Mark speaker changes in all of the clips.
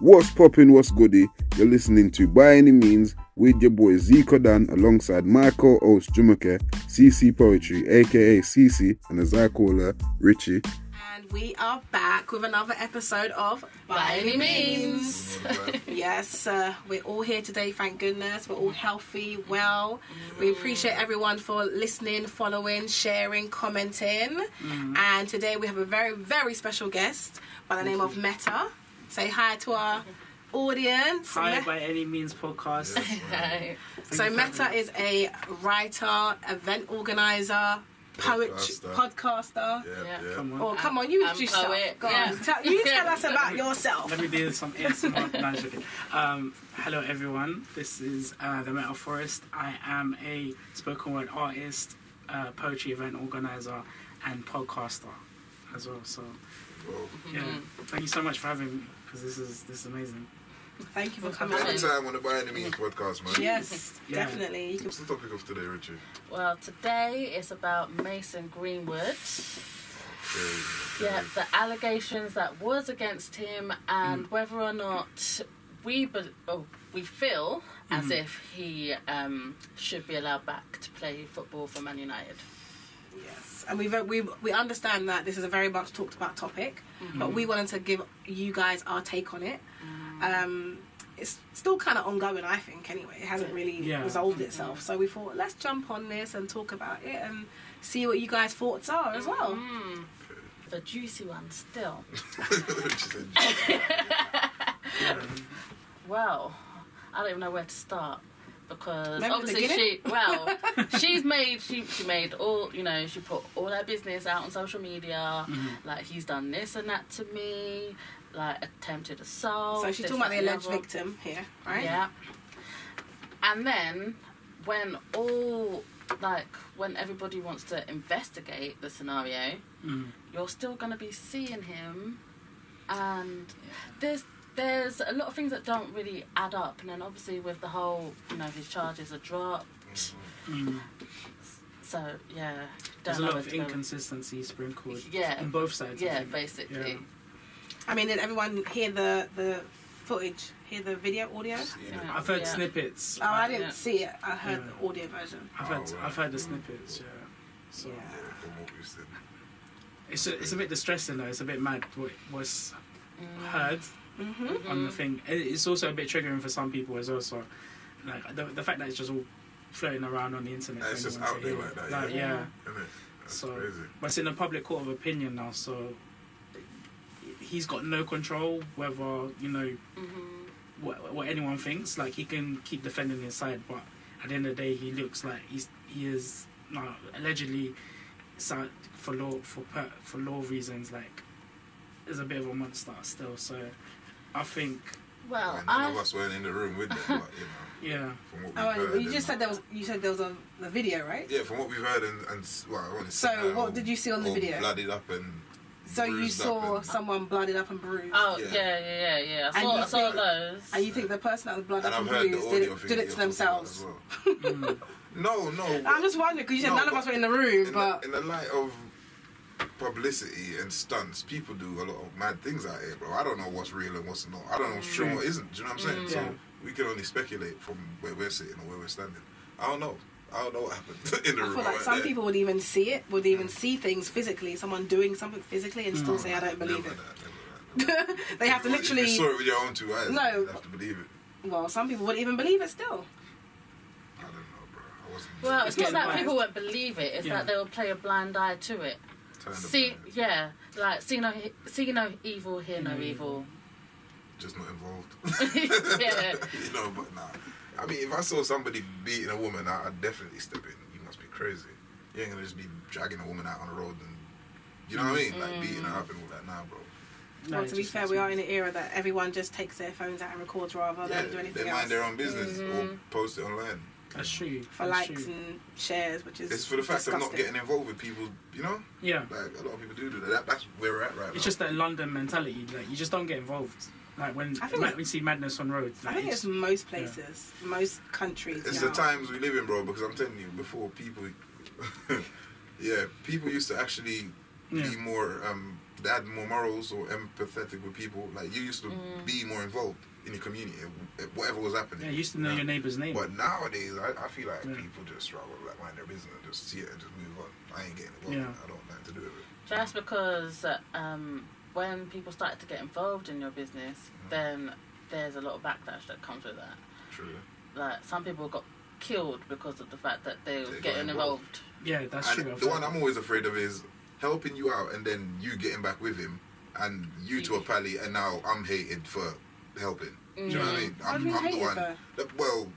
Speaker 1: What's poppin', what's goody? You're listening to By Any Means with your boy Zico Dan alongside Michael Oates Jumake, CC Poetry, aka CC, and as I call her, Richie.
Speaker 2: And we are back with another episode of
Speaker 3: By Any Means.
Speaker 2: Yes, uh, we're all here today, thank goodness. We're all healthy, well. We appreciate everyone for listening, following, sharing, commenting. And today we have a very, very special guest by the name of Meta. Say hi to our audience.
Speaker 4: Hi,
Speaker 2: Me-
Speaker 4: by any means podcast.
Speaker 3: Hi.
Speaker 2: so, Meta is a writer, event organizer, poet, podcaster.
Speaker 5: Podcaster.
Speaker 3: Yeah.
Speaker 5: Yeah,
Speaker 4: Come on.
Speaker 2: Oh, come on, you
Speaker 3: I'm
Speaker 2: introduce yourself.
Speaker 3: poet.
Speaker 2: Go
Speaker 3: Yeah.
Speaker 2: on. Tell, you tell us about yourself.
Speaker 4: Let me do some ASMR. No, I'm joking. um, hello, everyone. This is uh, the Metal Forest. I am a spoken word artist, uh, poetry event organizer, and podcaster as well. So, yeah, thank you so much for having me because this is this is amazing.
Speaker 2: Thank you for coming.
Speaker 5: yeah. Anytime on the By Any Means podcast, man.
Speaker 2: Yes,
Speaker 4: Yeah.
Speaker 2: definitely. You can-
Speaker 5: What's the topic of today, Richie?
Speaker 3: Well, today is about Mason Greenwood.
Speaker 5: Yeah,
Speaker 3: Yeah, the allegations that was against him, and whether or not we be- oh, we feel as if he um, should be allowed back to play football for Man United.
Speaker 2: Yes, and we we we understand that this is a very much talked about topic,
Speaker 4: Mm-hmm.
Speaker 2: but we wanted to give you guys our take on it.
Speaker 4: Mm.
Speaker 2: Um, it's still kind of ongoing, I think. Anyway, it hasn't really
Speaker 4: Yeah.
Speaker 2: resolved itself, so we thought let's jump on this and talk about it and see what you guys' thoughts are as well.
Speaker 3: The juicy one still.
Speaker 5: Richie said,
Speaker 3: Well, I don't even know where to start because
Speaker 2: Maybe the
Speaker 3: obviously
Speaker 2: beginning?
Speaker 3: she well she's made she she made all you know she put all her business out on social media
Speaker 2: Mm-hmm.
Speaker 3: like he's done this and that to me like attempted assault.
Speaker 2: so she's
Speaker 3: this,
Speaker 2: talking about
Speaker 3: that,
Speaker 2: the
Speaker 3: and
Speaker 2: alleged
Speaker 3: other.
Speaker 2: victim here, right?
Speaker 3: Yeah. And then when all like when everybody wants to investigate the scenario,
Speaker 4: Mm,
Speaker 3: you're still gonna be seeing him and there's there's a lot of things that don't really add up and then obviously with the whole you know his charges are dropped so yeah don't
Speaker 4: mm. There's a
Speaker 3: know
Speaker 4: lot
Speaker 3: where
Speaker 4: of
Speaker 3: to go.
Speaker 4: inconsistency sprinkled
Speaker 3: Yeah.
Speaker 4: on both sides. I
Speaker 3: yeah
Speaker 4: think.
Speaker 3: basically
Speaker 2: I mean, did everyone hear the the footage? Hear the video audio?
Speaker 3: yeah.
Speaker 4: I've heard
Speaker 3: yeah.
Speaker 4: snippets.
Speaker 2: Oh, I
Speaker 4: but
Speaker 2: didn't
Speaker 3: Yeah.
Speaker 2: see it. I heard
Speaker 4: Yeah.
Speaker 2: the audio version.
Speaker 4: I've heard
Speaker 5: Oh, wow.
Speaker 4: I've heard the snippets. Yeah. So.
Speaker 2: Yeah.
Speaker 5: yeah, from what we've seen.
Speaker 4: It's a, it's a bit distressing though. It's a bit mad what was
Speaker 3: Mm-hmm.
Speaker 4: heard
Speaker 2: hmm
Speaker 4: on the
Speaker 3: Mm.
Speaker 4: thing. It- It's also a bit triggering for some people as well. So, like the, the fact that it's just all floating around on the internet.
Speaker 5: Yeah,
Speaker 4: for
Speaker 5: it's just
Speaker 4: anyone
Speaker 5: out
Speaker 4: to
Speaker 5: there
Speaker 4: hear.
Speaker 5: like that,
Speaker 4: Like,
Speaker 3: yeah.
Speaker 4: yeah.
Speaker 5: Isn't it? That's
Speaker 4: So-
Speaker 5: crazy.
Speaker 4: But it's in the public court of opinion now. So he's got no control whether you know
Speaker 3: Mhm.
Speaker 4: what, what anyone thinks. Like he can keep defending his side, but at the end of the day, he looks like he's he is now allegedly so- for law for per, for law reasons. Like is a bit of a monster still. So I think
Speaker 2: oh,
Speaker 3: well
Speaker 5: Like, none of
Speaker 3: I
Speaker 5: us weren't in the room with them, but you know,
Speaker 4: yeah.
Speaker 5: from what we've
Speaker 2: Oh,
Speaker 5: heard.
Speaker 2: and you
Speaker 5: and-
Speaker 2: just said there was. You said there was a the video, right?
Speaker 5: Yeah, from what we've heard, and, and s- well, I want to
Speaker 2: So, what did you see on the video?
Speaker 5: Blooded up and.
Speaker 2: So you
Speaker 5: bruised up
Speaker 2: saw
Speaker 5: and-
Speaker 2: someone blooded up and bruised,
Speaker 3: oh yeah
Speaker 5: Yeah.
Speaker 3: yeah yeah yeah I
Speaker 2: And
Speaker 3: saw,
Speaker 2: you
Speaker 3: I saw
Speaker 2: think-
Speaker 3: those
Speaker 2: and you think the person that was blooded
Speaker 5: And
Speaker 2: up
Speaker 5: I've
Speaker 2: and
Speaker 5: heard the
Speaker 2: bruised did
Speaker 5: audio
Speaker 2: it,
Speaker 5: thing.
Speaker 2: did
Speaker 5: you're
Speaker 2: it to
Speaker 5: talking about
Speaker 2: themselves.
Speaker 5: as well. No, no.
Speaker 2: I'm just wondering because you said
Speaker 5: No,
Speaker 2: none of
Speaker 5: but
Speaker 2: us were in the room,
Speaker 5: in,
Speaker 2: but
Speaker 5: the, in the light of publicity and stunts, people do a lot of mad things out here, bro. I don't know what's real and what's not. I don't know what's true and
Speaker 2: Mm.
Speaker 5: what isn't. Do you know what I'm saying?
Speaker 4: Yeah.
Speaker 5: So we can only speculate from where we're sitting or where we're standing. I don't know. I don't know what happened in the
Speaker 2: I
Speaker 5: room.
Speaker 2: feel
Speaker 5: right Mm.
Speaker 2: like some
Speaker 5: there.
Speaker 2: people would even see it, would even see things physically, someone doing something physically, and still say, "I don't believe
Speaker 5: Mm. Never
Speaker 2: it."
Speaker 5: that, never that, never
Speaker 2: They have to
Speaker 5: that. If you
Speaker 2: literally.
Speaker 5: saw it with your own two eyes.
Speaker 2: No.
Speaker 5: you have to believe it.
Speaker 2: Well, some people wouldn't even believe it still.
Speaker 5: I don't know, bro. I wasn't.
Speaker 3: Well, it's not
Speaker 4: getting
Speaker 3: that
Speaker 4: biased.
Speaker 3: people won't believe it; it's
Speaker 4: Yeah.
Speaker 3: that they will play a blind eye to it.
Speaker 5: turned
Speaker 3: See,
Speaker 5: about it.
Speaker 3: yeah, like see no, he- see no evil, hear no
Speaker 4: no
Speaker 3: evil.
Speaker 5: just not involved.
Speaker 3: yeah,
Speaker 5: you know, but nah. I mean, if I saw somebody beating a woman, I, I'd definitely step in. You must be crazy. You ain't gonna just be dragging a woman out on the road and, you know what I mean? Like beating her up and all that. Nah, bro.
Speaker 4: No,
Speaker 2: well,
Speaker 4: it
Speaker 2: to be
Speaker 4: just
Speaker 2: fair,
Speaker 4: makes
Speaker 2: we are
Speaker 4: me-
Speaker 2: in an era that everyone just takes their phones out and records rather
Speaker 5: yeah,
Speaker 2: than Oh, do
Speaker 5: they
Speaker 2: anything
Speaker 5: mind
Speaker 2: else
Speaker 5: their own business or post it online.
Speaker 4: That's true.
Speaker 2: for
Speaker 4: that's
Speaker 2: likes
Speaker 4: true.
Speaker 2: and shares, which is
Speaker 5: It's for the fact
Speaker 2: disgusting.
Speaker 5: of not getting involved with people. You know,
Speaker 4: Yeah,
Speaker 5: like a lot of people do do that. that that's where we're at right now.
Speaker 4: it's just that London mentality. Like you just don't get involved. Like when
Speaker 2: I think
Speaker 4: ma-
Speaker 2: it-
Speaker 4: we see madness on roads.
Speaker 2: I
Speaker 4: Like,
Speaker 2: think it's most places, most countries.
Speaker 5: It's
Speaker 2: now.
Speaker 5: the times we live in, bro. Because I'm telling you, before people, yeah, people used to actually
Speaker 4: Yeah.
Speaker 5: be more um, they had more morals or empathetic with people. Like you used to
Speaker 2: Mm.
Speaker 5: be more involved in the community, eh, whatever was happening.
Speaker 4: Yeah, you used to know
Speaker 5: Yeah.
Speaker 4: your neighbour's name.
Speaker 5: But nowadays, I, I feel like
Speaker 4: Yeah.
Speaker 5: people just rather like mind their business and just see it and just move on. I ain't getting involved.
Speaker 4: Yeah.
Speaker 5: I don't like to do it. With.
Speaker 3: Just because um, when people started to get involved in your business,
Speaker 5: Mm-hmm.
Speaker 3: then there's a lot of backlash that comes with that.
Speaker 5: True.
Speaker 3: Like some people got killed because of the fact that they were
Speaker 5: They got
Speaker 3: getting involved.
Speaker 5: involved.
Speaker 4: yeah, that's
Speaker 5: and
Speaker 4: true. I've
Speaker 5: the
Speaker 4: heard
Speaker 5: one
Speaker 4: that.
Speaker 5: I'm always afraid of is helping you out and then you getting back with him and you to a pally and now I'm hated for helping. Do you
Speaker 3: Mm.
Speaker 5: know what I mean?
Speaker 2: How do
Speaker 5: I'm,
Speaker 2: you
Speaker 5: I'm
Speaker 2: hate
Speaker 5: the
Speaker 2: it
Speaker 5: one.
Speaker 2: for?
Speaker 5: that- well,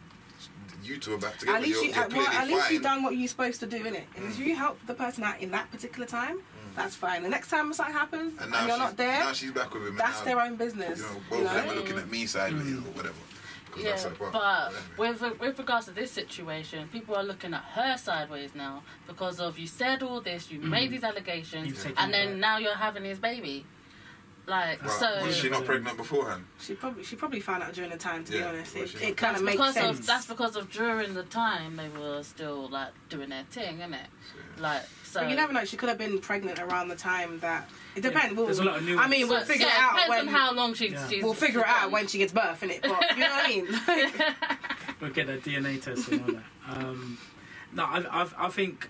Speaker 5: you two are back together.
Speaker 2: At least
Speaker 5: you're,
Speaker 2: you,
Speaker 5: you're
Speaker 2: at, well,
Speaker 5: clearly
Speaker 2: at least
Speaker 5: fine. Mm.
Speaker 2: you done what you're supposed to do in it. If you help the person out in that particular time, that's fine. The next time something happens and,
Speaker 5: and now
Speaker 2: you're
Speaker 5: she's,
Speaker 2: not there,
Speaker 5: Now she's back with him. and
Speaker 2: that's
Speaker 5: now,
Speaker 2: their own business.
Speaker 5: You know, both
Speaker 2: you
Speaker 5: of them
Speaker 2: know?
Speaker 5: are looking at me sideways or whatever. 'Cause
Speaker 3: Yeah,
Speaker 5: that's her part.
Speaker 3: but
Speaker 5: Whatever.
Speaker 3: with with regards to this situation, people are looking at her sideways now because of you said all this, you
Speaker 5: Mm-hmm.
Speaker 3: made these
Speaker 4: You've
Speaker 3: allegations,
Speaker 4: taken
Speaker 3: and then
Speaker 4: it.
Speaker 3: now you're having his baby. Like
Speaker 5: Well,
Speaker 3: so,
Speaker 5: was she not pregnant beforehand?
Speaker 2: She probably she probably found out during the time. To
Speaker 5: Yeah,
Speaker 2: be honest,
Speaker 5: well,
Speaker 2: it,
Speaker 5: she-
Speaker 2: it kind
Speaker 3: that's
Speaker 2: of makes
Speaker 3: because
Speaker 2: sense.
Speaker 3: of that's because of during the time they were still like doing their thing, isn't it? Like so,
Speaker 2: But you never know. She could have been pregnant around the time that. It depends. We'll,
Speaker 4: There's a lot
Speaker 2: I
Speaker 4: of
Speaker 2: mean,
Speaker 4: nuance.
Speaker 2: we'll
Speaker 3: But,
Speaker 2: figure
Speaker 3: yeah,
Speaker 2: it out
Speaker 3: depends
Speaker 2: when
Speaker 3: on how long she's.
Speaker 4: Yeah.
Speaker 3: she's
Speaker 2: we'll figure it out
Speaker 3: gone.
Speaker 2: when she gets birth, innit? But you know what I mean. Like,
Speaker 4: We'll get a DNA test and all that. Um, no, I, I, I think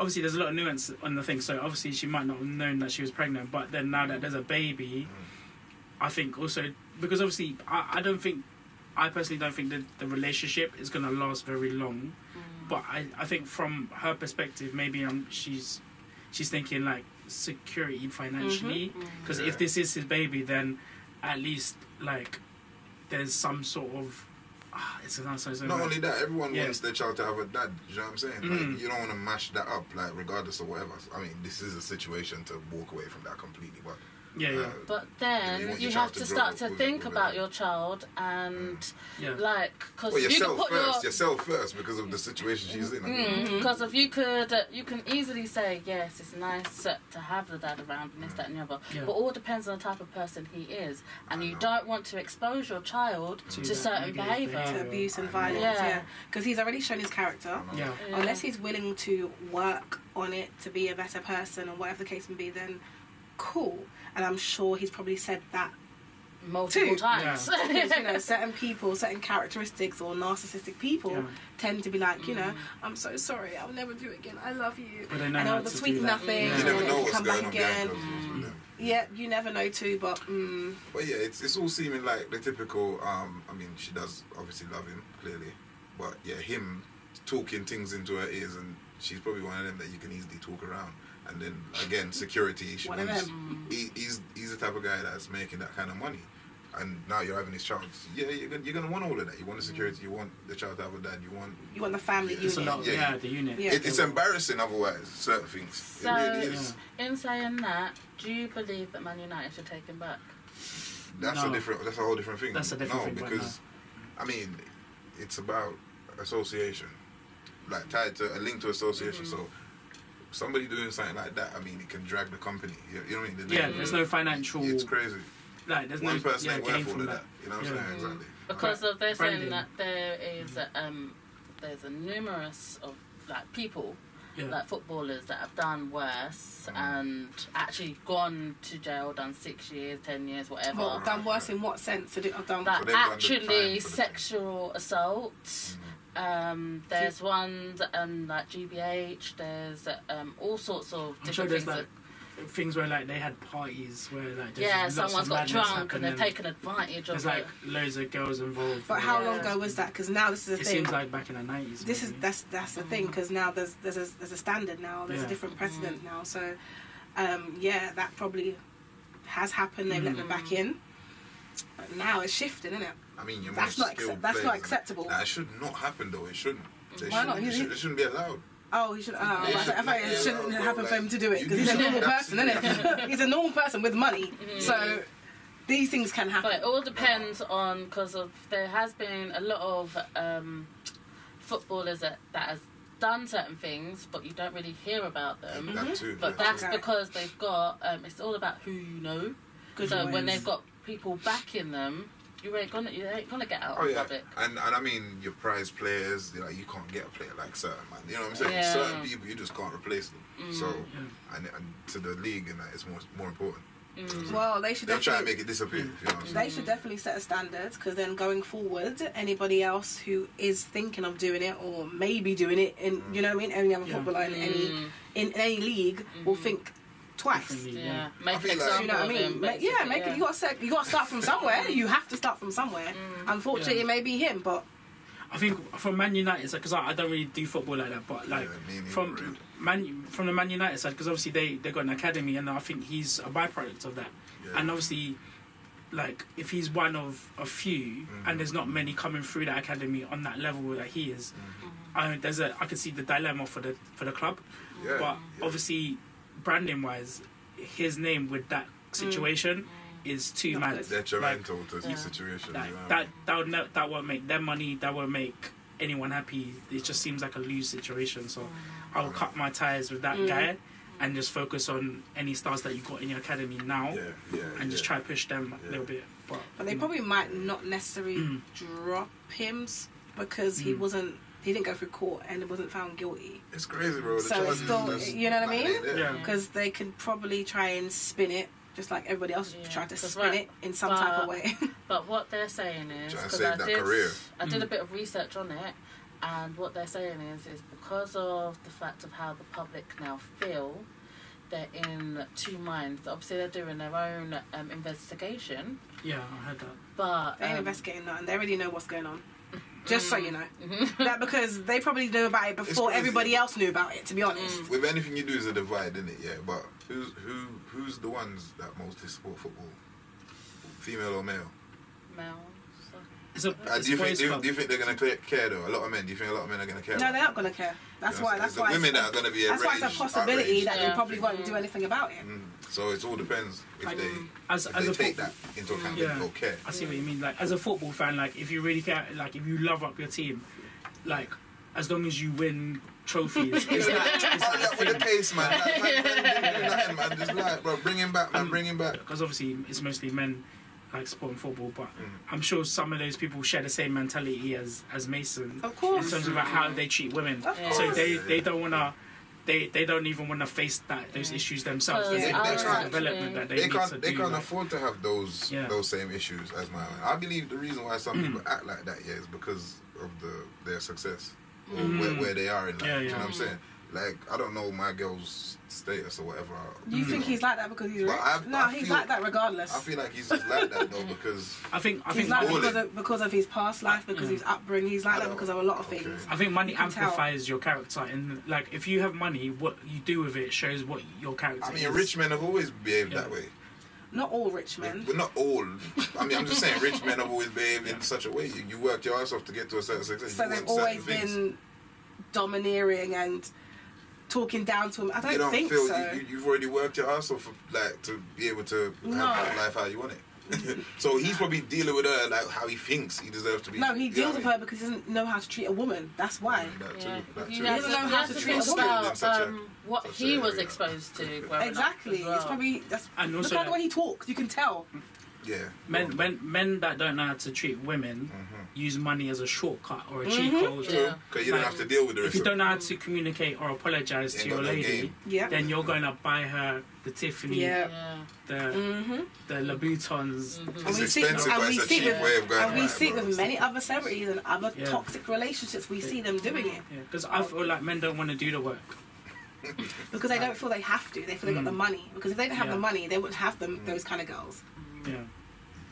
Speaker 4: obviously there's a lot of nuance on the thing. So obviously she might not have known that she was pregnant, but then now that there's a baby, I think also because obviously I, I don't think I personally don't think that the relationship is going to last very long. But I, I think from her perspective, maybe um, she's she's thinking like security financially because
Speaker 5: Yeah.
Speaker 4: if this is his baby, then at least like there's some sort of ah, it's not so, so
Speaker 5: Not only that, everyone
Speaker 4: Yeah.
Speaker 5: wants their child to have a dad. Do you know what I'm saying?
Speaker 4: Mm.
Speaker 5: Like, you don't want to mash that up, like regardless of whatever. I mean, this is a situation to walk away from that completely. But
Speaker 4: yeah yeah
Speaker 5: uh,
Speaker 3: But
Speaker 5: You
Speaker 3: then
Speaker 5: want
Speaker 3: you,
Speaker 5: your
Speaker 3: have
Speaker 5: child
Speaker 3: to,
Speaker 5: to grow
Speaker 3: start
Speaker 5: up
Speaker 3: to
Speaker 5: with-
Speaker 3: think
Speaker 5: with
Speaker 3: about
Speaker 5: it.
Speaker 3: your child and
Speaker 4: yeah.
Speaker 3: like because
Speaker 5: well,
Speaker 3: you can
Speaker 5: yourself
Speaker 3: put
Speaker 5: first,
Speaker 3: your Hmm.
Speaker 5: yourself first, because of the situation she's in. I mean,
Speaker 2: Mm-hmm.
Speaker 3: Because if you could, uh, you can easily say yes, it's nice uh, to have the dad around and this, that, and the other.
Speaker 4: Yeah.
Speaker 3: But all depends on the type of person he is, and
Speaker 5: I
Speaker 3: you
Speaker 5: know.
Speaker 3: don't want to expose your child
Speaker 4: To
Speaker 3: to,
Speaker 4: that
Speaker 3: certain
Speaker 4: negative
Speaker 2: to
Speaker 3: behaviour.
Speaker 4: behaviour.
Speaker 2: abuse and
Speaker 5: I know.
Speaker 2: violence,
Speaker 3: Yeah.
Speaker 2: yeah. Because he's already shown his character.
Speaker 5: I know.
Speaker 4: Yeah.
Speaker 3: Yeah.
Speaker 2: Unless he's willing to work on it to be a better person or whatever the case may be, then cool. And I'm sure he's probably said that
Speaker 3: multiple
Speaker 2: Two.
Speaker 3: times.
Speaker 2: because you know certain people, certain characteristics or narcissistic people
Speaker 4: Yeah.
Speaker 2: tend to be like, you
Speaker 3: Mm.
Speaker 2: know, I'm so sorry, I'll never do it again. I love you,
Speaker 4: But they know
Speaker 2: and
Speaker 4: how
Speaker 2: all the
Speaker 4: to
Speaker 2: sweet
Speaker 4: do that.
Speaker 2: nothing,
Speaker 4: Yeah. Hmm.
Speaker 5: You never
Speaker 2: and
Speaker 5: know
Speaker 2: then
Speaker 5: what's
Speaker 2: come back
Speaker 5: going on
Speaker 2: again.
Speaker 5: behind closed doors with them.
Speaker 2: Yeah, you never know too, but mm,
Speaker 5: But yeah, it's it's all seeming like the typical. Um, I mean, she does obviously love him clearly, but yeah, him talking things into her ears, and she's probably one of them that you can easily talk around. And then again, security. She
Speaker 2: One of
Speaker 5: wants- He, he's he's the type of guy that's making that kind of money, and now you're having his child. Yeah, you're gonna, you're gonna want all of that. You want the
Speaker 2: Mm.
Speaker 5: security. You want the child to have a dad. You want.
Speaker 2: you want the family
Speaker 5: Yeah,
Speaker 4: It's a
Speaker 2: unit.
Speaker 4: lot,
Speaker 5: Yeah.
Speaker 4: yeah, the unit.
Speaker 2: Yeah.
Speaker 5: It, it's embarrassing otherwise. Certain things.
Speaker 3: so,
Speaker 5: it really is.
Speaker 3: in saying that, do you believe that Man United should take him back?
Speaker 5: That's
Speaker 4: No.
Speaker 5: a different. That's a whole different thing.
Speaker 4: That's a different
Speaker 5: no,
Speaker 4: thing, but
Speaker 5: because I mean, it's about association, like tied to a link to association.
Speaker 4: Mm-hmm.
Speaker 5: So somebody doing something like that, I mean, it can drag the company. You, you know what I mean? The
Speaker 4: Yeah,
Speaker 5: name-
Speaker 4: there's no financial.
Speaker 5: It's crazy.
Speaker 4: Like, there's
Speaker 5: One
Speaker 4: no
Speaker 5: person
Speaker 4: yeah,
Speaker 5: ain't
Speaker 4: gain
Speaker 5: worth all
Speaker 4: from
Speaker 5: of that.
Speaker 4: that.
Speaker 5: You know what I'm
Speaker 4: Yeah.
Speaker 5: saying?
Speaker 2: Mm-hmm.
Speaker 5: Exactly.
Speaker 3: Because of they're saying
Speaker 4: Branding.
Speaker 3: that there is a, um, there's a numerous of like people
Speaker 4: Yeah.
Speaker 3: like footballers that have done worse
Speaker 5: Mm.
Speaker 3: and actually gone to jail, done six years, ten years, whatever.
Speaker 2: Well, done worse in what sense? Oh, So I've done
Speaker 3: That
Speaker 5: they've done the
Speaker 3: actually
Speaker 5: time for the-
Speaker 3: sexual assault. Um, there's ones um, like GBH. There's um, all sorts of
Speaker 4: I'm sure there's
Speaker 3: different things.
Speaker 4: like
Speaker 3: that-
Speaker 4: things where like they had parties where like there's
Speaker 3: yeah,
Speaker 4: lots
Speaker 3: someone's
Speaker 4: of
Speaker 3: got
Speaker 4: madness
Speaker 3: drunk and
Speaker 4: happening.
Speaker 3: they've taken advantage of
Speaker 4: There's
Speaker 3: it.
Speaker 4: like loads of girls involved.
Speaker 2: But how long
Speaker 3: Yeah.
Speaker 2: ago was that? Because now this is the
Speaker 4: It
Speaker 2: thing.
Speaker 4: seems like back in the nineties.
Speaker 2: this is that's that's the
Speaker 3: Mm.
Speaker 2: thing because now there's there's a, there's a standard now. There's
Speaker 4: Yeah.
Speaker 2: a different precedent now. So um, yeah, that probably has happened. They've let them back
Speaker 4: Mm.
Speaker 2: in. But now it's shifting, isn't it?
Speaker 5: I mean, you're
Speaker 2: That's
Speaker 5: more
Speaker 2: not accept-
Speaker 5: skilled
Speaker 2: that's not
Speaker 5: players.
Speaker 2: acceptable.
Speaker 5: That should not happen, though. It shouldn't. They
Speaker 2: Why
Speaker 5: Why
Speaker 2: not?
Speaker 5: not? It,
Speaker 2: He-
Speaker 5: should, it shouldn't be allowed.
Speaker 2: Oh, he should. Oh, I
Speaker 5: They
Speaker 2: thought- I
Speaker 5: should-
Speaker 2: thought
Speaker 5: yeah,
Speaker 2: it shouldn't
Speaker 5: well,
Speaker 2: happen for him
Speaker 5: like,
Speaker 2: to do it
Speaker 5: you
Speaker 2: because he's a
Speaker 5: do
Speaker 2: normal
Speaker 5: that.
Speaker 2: person, isn't it? he's a normal person with money, so these things can happen.
Speaker 3: Mm. But it all depends on because of there has been a lot of um, footballers that, that has done certain things, but you don't really hear about them.
Speaker 5: That too.
Speaker 3: But
Speaker 5: that
Speaker 3: that's
Speaker 5: too.
Speaker 2: Right.
Speaker 3: because they've got. Um, it's all about who you know.
Speaker 2: Good
Speaker 3: so
Speaker 2: boys.
Speaker 3: when they've got people backing them, You ain't gonna, you ain't gonna get out
Speaker 5: Oh
Speaker 3: of
Speaker 5: yeah,
Speaker 3: public.
Speaker 5: and and I mean your prize players, you know, you can't get a player like certain man. You know what I'm saying?
Speaker 3: Yeah.
Speaker 5: Certain people, you just can't replace them.
Speaker 2: Mm.
Speaker 5: So,
Speaker 4: Yeah.
Speaker 5: and, and to the league, and that it's more more important.
Speaker 4: Mm.
Speaker 2: Well, they should
Speaker 5: They'll try and
Speaker 2: definitely
Speaker 5: make it disappear. If you know what I'm saying?
Speaker 2: they should definitely set a standard because then going forward, anybody else who is thinking of doing it or maybe doing it in you know what I mean, any other
Speaker 4: Yeah.
Speaker 2: footballer in any
Speaker 3: Mm.
Speaker 2: in any league will think twice.
Speaker 4: Definitely.
Speaker 2: Do
Speaker 3: Yeah,
Speaker 5: I
Speaker 3: make an
Speaker 5: feel like-
Speaker 3: example
Speaker 2: You know what I
Speaker 3: of him.
Speaker 2: mean? Ma- yeah,
Speaker 3: basically,
Speaker 2: make it. You got to set, you got to start from somewhere. you have to start from somewhere. Unfortunately,
Speaker 4: Yeah.
Speaker 2: it may be him, but
Speaker 4: I think from Man United side because I, I don't really do football like that, but Mm. like
Speaker 5: Yeah, me neither,
Speaker 4: from
Speaker 5: really.
Speaker 4: Man from the Man United side because obviously they they got an academy and I think he's a byproduct of that,
Speaker 5: Yeah.
Speaker 4: and obviously. Like if he's one of a few, and there's not many coming through that academy on that level that he is, I there's a I can see the dilemma for the for the club,
Speaker 5: Yeah,
Speaker 4: but
Speaker 5: yeah.
Speaker 4: obviously branding wise, his name with that situation is too
Speaker 2: Not
Speaker 4: mad.
Speaker 2: good.
Speaker 4: Like,
Speaker 5: detrimental to the
Speaker 3: Yeah.
Speaker 5: situation.
Speaker 4: that
Speaker 5: you know?
Speaker 4: that that would ne- that won't make their money. That won't make anyone happy. It just seems like a lose situation. So I will cut my ties with that
Speaker 2: Mm.
Speaker 4: guy and just focus on any stars that you got in your academy now
Speaker 5: yeah, yeah,
Speaker 4: and just
Speaker 5: yeah.
Speaker 4: try to push them a
Speaker 5: Yeah.
Speaker 4: little bit. But,
Speaker 2: but they probably might not necessarily
Speaker 4: Mm.
Speaker 2: drop him s- because he wasn't. He didn't go through court and it wasn't found guilty.
Speaker 5: It's crazy, bro. The
Speaker 2: So it's
Speaker 5: charges
Speaker 2: still-
Speaker 5: just-
Speaker 2: you know what I
Speaker 5: like,
Speaker 2: mean?
Speaker 5: they there.
Speaker 4: yeah.
Speaker 2: because they can probably try and spin it just like everybody else
Speaker 3: Yeah,
Speaker 2: has tried to
Speaker 3: that's
Speaker 2: spin
Speaker 3: right.
Speaker 2: it in some type of
Speaker 3: But-
Speaker 2: way.
Speaker 3: But what they're saying is,
Speaker 5: Trying to
Speaker 3: because
Speaker 5: save
Speaker 3: I
Speaker 5: that
Speaker 3: did,
Speaker 5: career.
Speaker 3: I did a
Speaker 2: Mm.
Speaker 3: bit of research on it, and what they're saying is, is because of the fact of how the public now feel, they're in two minds. Obviously, they're doing their own um, investigation,
Speaker 4: yeah, I heard that.
Speaker 3: but
Speaker 2: they ain't
Speaker 3: um, Mm.
Speaker 2: investigating nothing. They already know what's going on. Just so you know, that because they probably knew about it before
Speaker 5: crazy.
Speaker 2: everybody else knew about it. To be honest,
Speaker 3: Mm.
Speaker 5: With anything you do is a divide, isn't it? Yeah, but who's who who's the ones that mostly support football? Female or male?
Speaker 3: male. so-
Speaker 4: It's a,
Speaker 5: Uh,
Speaker 4: it's
Speaker 5: do you
Speaker 4: a boys
Speaker 5: think do you,
Speaker 4: club.
Speaker 5: do you think they're gonna care, care though? A lot of men. Do you think a lot of men are gonna care?
Speaker 2: no, they're not gonna care. That's
Speaker 5: You know
Speaker 2: why.
Speaker 5: what
Speaker 2: That's
Speaker 5: I'm saying? It's the
Speaker 2: why.
Speaker 5: women
Speaker 2: it's-
Speaker 5: that are gonna be
Speaker 2: that's why it's a
Speaker 5: outraged-
Speaker 2: possibility
Speaker 5: outraged.
Speaker 2: that
Speaker 3: Yeah. Mm-hmm.
Speaker 2: they probably won't do anything about it.
Speaker 5: Mm. So it all depends if
Speaker 4: I-
Speaker 5: they
Speaker 4: mm, as-
Speaker 5: if
Speaker 4: as
Speaker 5: they
Speaker 4: a
Speaker 5: take
Speaker 4: football-
Speaker 5: that into account
Speaker 4: Yeah.
Speaker 5: or care.
Speaker 4: I see what you mean. Like as a football fan, like if you really care, like if you love up your team, like as long as you win trophies, it's like, it's
Speaker 5: Oh,
Speaker 4: like a
Speaker 5: that with the
Speaker 4: thing.
Speaker 5: pace, man. Like, man, man, do nothing, man. Just like, bro, bring him back, man. Bring him back.
Speaker 4: because obviously it's mostly men like supporting football, but
Speaker 5: Mm.
Speaker 4: I'm sure some of those people share the same mentality as as Mason
Speaker 2: Of course.
Speaker 4: in terms of like, how they treat women.
Speaker 2: Of
Speaker 4: So
Speaker 2: course.
Speaker 4: they they don't wanna. They, they don't even want to face that those issues themselves.
Speaker 3: Because
Speaker 4: There's a
Speaker 5: I was
Speaker 4: personal
Speaker 5: actually-
Speaker 4: development that they,
Speaker 5: They
Speaker 4: need to
Speaker 5: can't. They
Speaker 4: do,
Speaker 5: can't
Speaker 4: like-
Speaker 5: afford to have those
Speaker 4: Yeah. Hmm.
Speaker 5: those same issues as my own. I believe the reason why some people act like that, yeah, is because of the their success or
Speaker 2: Hmm.
Speaker 5: where, where they are in life.
Speaker 4: Yeah,
Speaker 5: You know
Speaker 4: yeah.
Speaker 5: what I'm saying? Like, I don't know my girl's status or whatever.
Speaker 2: You think
Speaker 5: know.
Speaker 2: he's like that because he's
Speaker 5: But
Speaker 2: rich?
Speaker 5: I-
Speaker 2: no,
Speaker 5: I
Speaker 2: he's
Speaker 5: feel-
Speaker 2: like that regardless.
Speaker 5: I feel like he's just like that though because
Speaker 4: I think I
Speaker 2: he's
Speaker 4: think
Speaker 2: like that
Speaker 5: balling.
Speaker 2: because of, because of his past life, because of
Speaker 3: Mm.
Speaker 2: his upbringing. He's like that because of a lot of
Speaker 5: Okay.
Speaker 2: things.
Speaker 4: I think money
Speaker 2: You can tell.
Speaker 4: amplifies your character, and like if you have money, what you do with it shows what your character.
Speaker 5: I mean,
Speaker 4: is.
Speaker 5: rich men have always behaved
Speaker 4: Yeah.
Speaker 5: that way.
Speaker 2: Not all rich men.
Speaker 5: But not all. I mean, I'm just saying, rich men have always behaved in such a way. You, you worked your ass off to get to a certain success.
Speaker 2: So
Speaker 5: you
Speaker 2: they've
Speaker 5: want certain
Speaker 2: always
Speaker 5: things.
Speaker 2: been domineering and talking down to him. I don't
Speaker 5: you don't
Speaker 2: think
Speaker 5: feel
Speaker 2: so.
Speaker 5: you, you, you've already worked your ass off like to be able to
Speaker 2: No.
Speaker 5: have that life how you want it. so he's probably dealing with her like how he thinks he deserves to be.
Speaker 2: no, he
Speaker 5: you know
Speaker 2: deals
Speaker 5: what
Speaker 2: with
Speaker 5: I
Speaker 2: her because he doesn't know how to treat a woman. That's why.
Speaker 5: mean? That too,
Speaker 3: Yeah,
Speaker 5: that
Speaker 3: you
Speaker 5: too.
Speaker 3: guys
Speaker 2: He doesn't know how
Speaker 3: have
Speaker 2: to
Speaker 3: to
Speaker 2: treat
Speaker 3: think
Speaker 2: a woman.
Speaker 3: about
Speaker 5: Such a-
Speaker 3: um, what
Speaker 5: such
Speaker 3: he
Speaker 5: a-
Speaker 3: was
Speaker 5: yeah.
Speaker 3: exposed to. growing up
Speaker 2: Exactly.
Speaker 3: as well.
Speaker 2: It's probably that's
Speaker 4: And
Speaker 2: look
Speaker 4: also,
Speaker 2: at the way
Speaker 4: like-
Speaker 2: he talks. You can tell.
Speaker 5: Yeah.
Speaker 4: Men, men, men that don't know how to treat women
Speaker 5: Mm-hmm.
Speaker 4: use money as a shortcut or a cheat code.
Speaker 3: Yeah.
Speaker 5: Because you don't
Speaker 4: Like,
Speaker 5: have to deal with the
Speaker 4: If
Speaker 5: rest
Speaker 4: you
Speaker 5: of it.
Speaker 4: don't know how to communicate or apologize
Speaker 5: Ain't
Speaker 4: to
Speaker 5: got
Speaker 4: your
Speaker 5: no
Speaker 4: lady,
Speaker 5: game.
Speaker 2: Yeah.
Speaker 4: then you're going to buy her the Tiffany,
Speaker 2: Yeah. Mm.
Speaker 3: Yeah.
Speaker 4: the the Louboutins.
Speaker 2: Mm-hmm. And
Speaker 5: It's
Speaker 2: we see,
Speaker 5: expensive,
Speaker 2: and
Speaker 5: but
Speaker 2: we
Speaker 5: it's a
Speaker 2: see
Speaker 5: cheap
Speaker 2: with,
Speaker 5: way of going
Speaker 2: and we
Speaker 5: about it,
Speaker 2: see
Speaker 5: bro.
Speaker 2: with many other celebrities and other
Speaker 4: Yeah.
Speaker 2: toxic relationships, we see them doing it
Speaker 4: Yeah, because I feel like men don't want to do the work.
Speaker 2: because they don't feel they have to. They feel they got the money because if they didn't have
Speaker 4: Mm. Yeah.
Speaker 2: the money, they wouldn't have
Speaker 5: Mm.
Speaker 2: them those kind of girls.
Speaker 4: Yeah,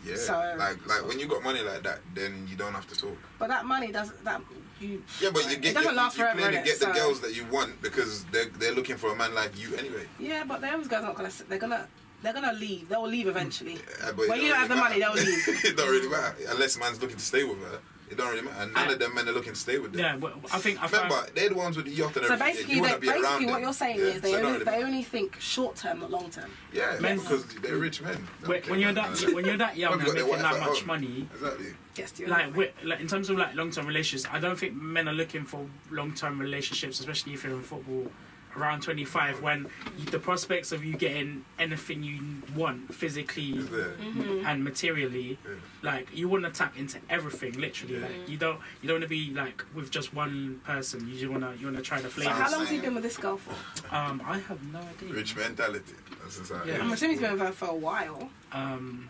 Speaker 5: Yeah.
Speaker 2: So-
Speaker 5: like, like when you got money like that, then you don't have to talk.
Speaker 2: But that money doesn't that you.
Speaker 5: Yeah, but you
Speaker 2: it
Speaker 5: get
Speaker 2: doesn't
Speaker 5: you,
Speaker 2: last
Speaker 5: you
Speaker 2: forever.
Speaker 5: clearly
Speaker 2: innit?
Speaker 5: get the
Speaker 2: So-
Speaker 5: girls that you want because they're they're looking for a man like you anyway.
Speaker 2: Yeah, but those guys aren't gonna. sit- They're gonna. They're gonna leave. They'll leave eventually.
Speaker 5: Uh, but it
Speaker 2: When you don't have the money,
Speaker 5: really
Speaker 2: they'll
Speaker 5: matter.
Speaker 2: leave.
Speaker 5: it don't really matter unless man's looking to stay with her. It don't really matter. None of them men are looking to stay with them.
Speaker 4: yeah. Well, I think I found
Speaker 5: Remember, they're the ones with the yacht and
Speaker 2: So
Speaker 5: everything.
Speaker 2: basically,
Speaker 5: you want
Speaker 2: they,
Speaker 5: to be around
Speaker 2: basically
Speaker 5: them.
Speaker 2: what you're saying
Speaker 5: yeah.
Speaker 2: is they
Speaker 5: so
Speaker 2: only
Speaker 5: don't
Speaker 2: they
Speaker 5: really-
Speaker 2: only think short term, not long term.
Speaker 5: yeah,
Speaker 4: Men-
Speaker 5: because they're rich men.
Speaker 4: when, when you're that when you're that young and
Speaker 5: Probably got
Speaker 4: making
Speaker 5: their wife
Speaker 4: that
Speaker 5: at
Speaker 4: much
Speaker 5: home.
Speaker 4: money,
Speaker 5: exactly.
Speaker 2: Yes, do you
Speaker 4: like, wi- like in terms of like long term relationships, I don't think men are looking for long term relationships, especially if you're in football around 25 when the prospects of you getting anything you want physically
Speaker 5: Is there?
Speaker 2: Mm-hmm.
Speaker 4: and materially
Speaker 5: Yeah.
Speaker 4: like you want to tap into everything literally like you don't you don't want to be like with just one person you just want to you want to try the
Speaker 2: So
Speaker 4: flavors
Speaker 2: how long has he been with this girl for?
Speaker 4: um i have no idea
Speaker 5: Rich mentality. That's society.
Speaker 4: Yeah.
Speaker 2: I'm assuming he's been with her for a while.
Speaker 4: um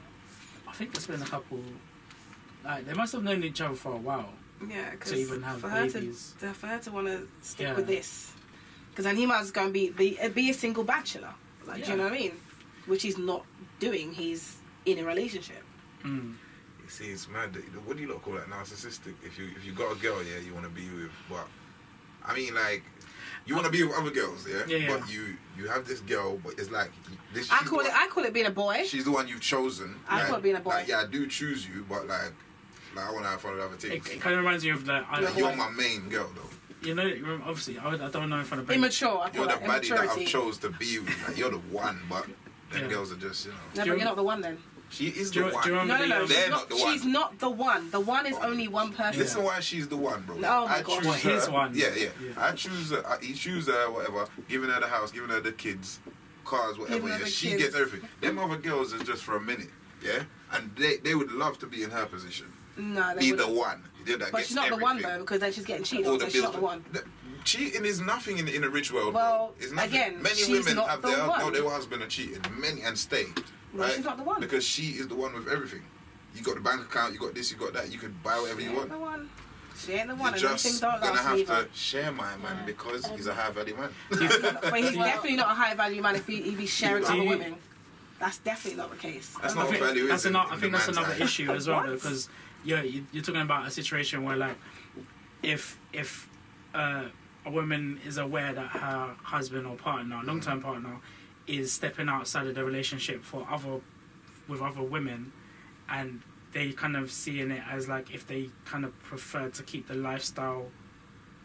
Speaker 4: i think it's been a couple like they must have known each other for a while
Speaker 2: Yeah, because
Speaker 4: to even have
Speaker 2: for her
Speaker 4: babies.
Speaker 2: to for her to want to stick
Speaker 4: Yeah.
Speaker 2: with this, because then he might as well go and be be, uh, be a single bachelor. Like, do
Speaker 4: Yeah.
Speaker 2: you know what I mean? Which he's not doing. He's in a relationship.
Speaker 4: mm.
Speaker 5: You see, it's mad. that- What do you lot call that? Narcissistic. If you if you got a girl, yeah, you want to be with, but I mean, like, you want to be with other girls, yeah?
Speaker 4: Yeah, yeah.
Speaker 5: But you you have this girl, but it's like this.
Speaker 2: I
Speaker 5: she's
Speaker 2: call
Speaker 5: the
Speaker 2: it.
Speaker 5: one-
Speaker 2: I call it being a boy.
Speaker 5: she's the one you've chosen.
Speaker 2: I
Speaker 5: like,
Speaker 2: call it being a boy.
Speaker 5: Like, yeah, I do choose you, but like, like I want to have fun with other
Speaker 4: it,
Speaker 5: things.
Speaker 4: kind of reminds me of the I,
Speaker 5: Like, you're my main girl, though.
Speaker 4: you know um, obviously i, I don't know if i'm
Speaker 2: Immature. I call
Speaker 5: You're the
Speaker 2: it
Speaker 5: baddie that
Speaker 2: immaturity.
Speaker 5: I've chose to be with. Like, you're the one, but them
Speaker 4: Yeah.
Speaker 5: girls are just you know.
Speaker 2: no,
Speaker 4: Do you-
Speaker 2: but you're not the one then.
Speaker 5: She is
Speaker 4: Do
Speaker 5: the
Speaker 4: you- do
Speaker 5: one.
Speaker 4: you
Speaker 2: No,
Speaker 4: remember-
Speaker 2: no, no.
Speaker 4: They're
Speaker 2: She's
Speaker 5: not
Speaker 2: not,
Speaker 5: the
Speaker 2: she's
Speaker 5: one.
Speaker 2: not the one. The one is only one person.
Speaker 5: Listen, why she's the one, bro.
Speaker 2: Oh my
Speaker 5: I
Speaker 2: God.
Speaker 5: choose
Speaker 4: Well, his
Speaker 5: her.
Speaker 4: one.
Speaker 5: Yeah, yeah,
Speaker 4: Yeah.
Speaker 5: I choose her. I, he choose her, whatever. Giving her the house, giving her the kids, cars, whatever.
Speaker 2: Giving her
Speaker 5: Yeah,
Speaker 2: the
Speaker 5: she
Speaker 2: kids.
Speaker 5: gets everything. Them other girls is just for a minute, yeah. And they they would love to be in her position.
Speaker 2: No, they
Speaker 5: Be the
Speaker 2: wouldn't.
Speaker 5: one. Yeah, that
Speaker 2: But
Speaker 5: gets
Speaker 2: she's not the one
Speaker 5: everything.
Speaker 2: though, because then she's getting cheated.
Speaker 5: All
Speaker 2: on,
Speaker 5: the
Speaker 2: So she's not the
Speaker 5: bills-
Speaker 2: one.
Speaker 5: the- Cheating is nothing in, in a rich world.
Speaker 2: Well,
Speaker 5: bro. It's nothing.
Speaker 2: again,
Speaker 5: many
Speaker 2: she's
Speaker 5: women
Speaker 2: not
Speaker 5: have
Speaker 2: the
Speaker 5: their
Speaker 2: one.
Speaker 5: no, their husband are cheating. Many and stay.
Speaker 2: No,
Speaker 5: right?
Speaker 2: she's not the one.
Speaker 5: because she is the one with everything. You got the bank account. You got this. You got that. You could buy whatever
Speaker 2: She
Speaker 5: you
Speaker 2: ain't
Speaker 5: want.
Speaker 2: the one. She ain't the one, and
Speaker 5: You're
Speaker 2: those
Speaker 5: just
Speaker 2: things don't
Speaker 5: gonna
Speaker 2: last
Speaker 5: have
Speaker 2: either.
Speaker 5: to share my man because he's a high value man.
Speaker 2: but he's definitely not a high value man if he, if he's sharing
Speaker 4: Do
Speaker 2: other
Speaker 4: you-
Speaker 2: women. That's definitely not the case.
Speaker 5: That's
Speaker 4: I
Speaker 5: not
Speaker 4: think
Speaker 5: value, is
Speaker 4: that's
Speaker 5: it,
Speaker 4: ano-
Speaker 5: in
Speaker 4: I
Speaker 5: the
Speaker 4: think that's
Speaker 5: man's
Speaker 4: another
Speaker 5: eyes?
Speaker 4: issue as well,
Speaker 2: What?
Speaker 4: because yeah, you, you're talking about a situation where like, if if uh, a woman is aware that her husband or partner, long term partner, is stepping outside of the relationship for other with other women, and they kind of seeing it as like if they kind of prefer to keep the lifestyle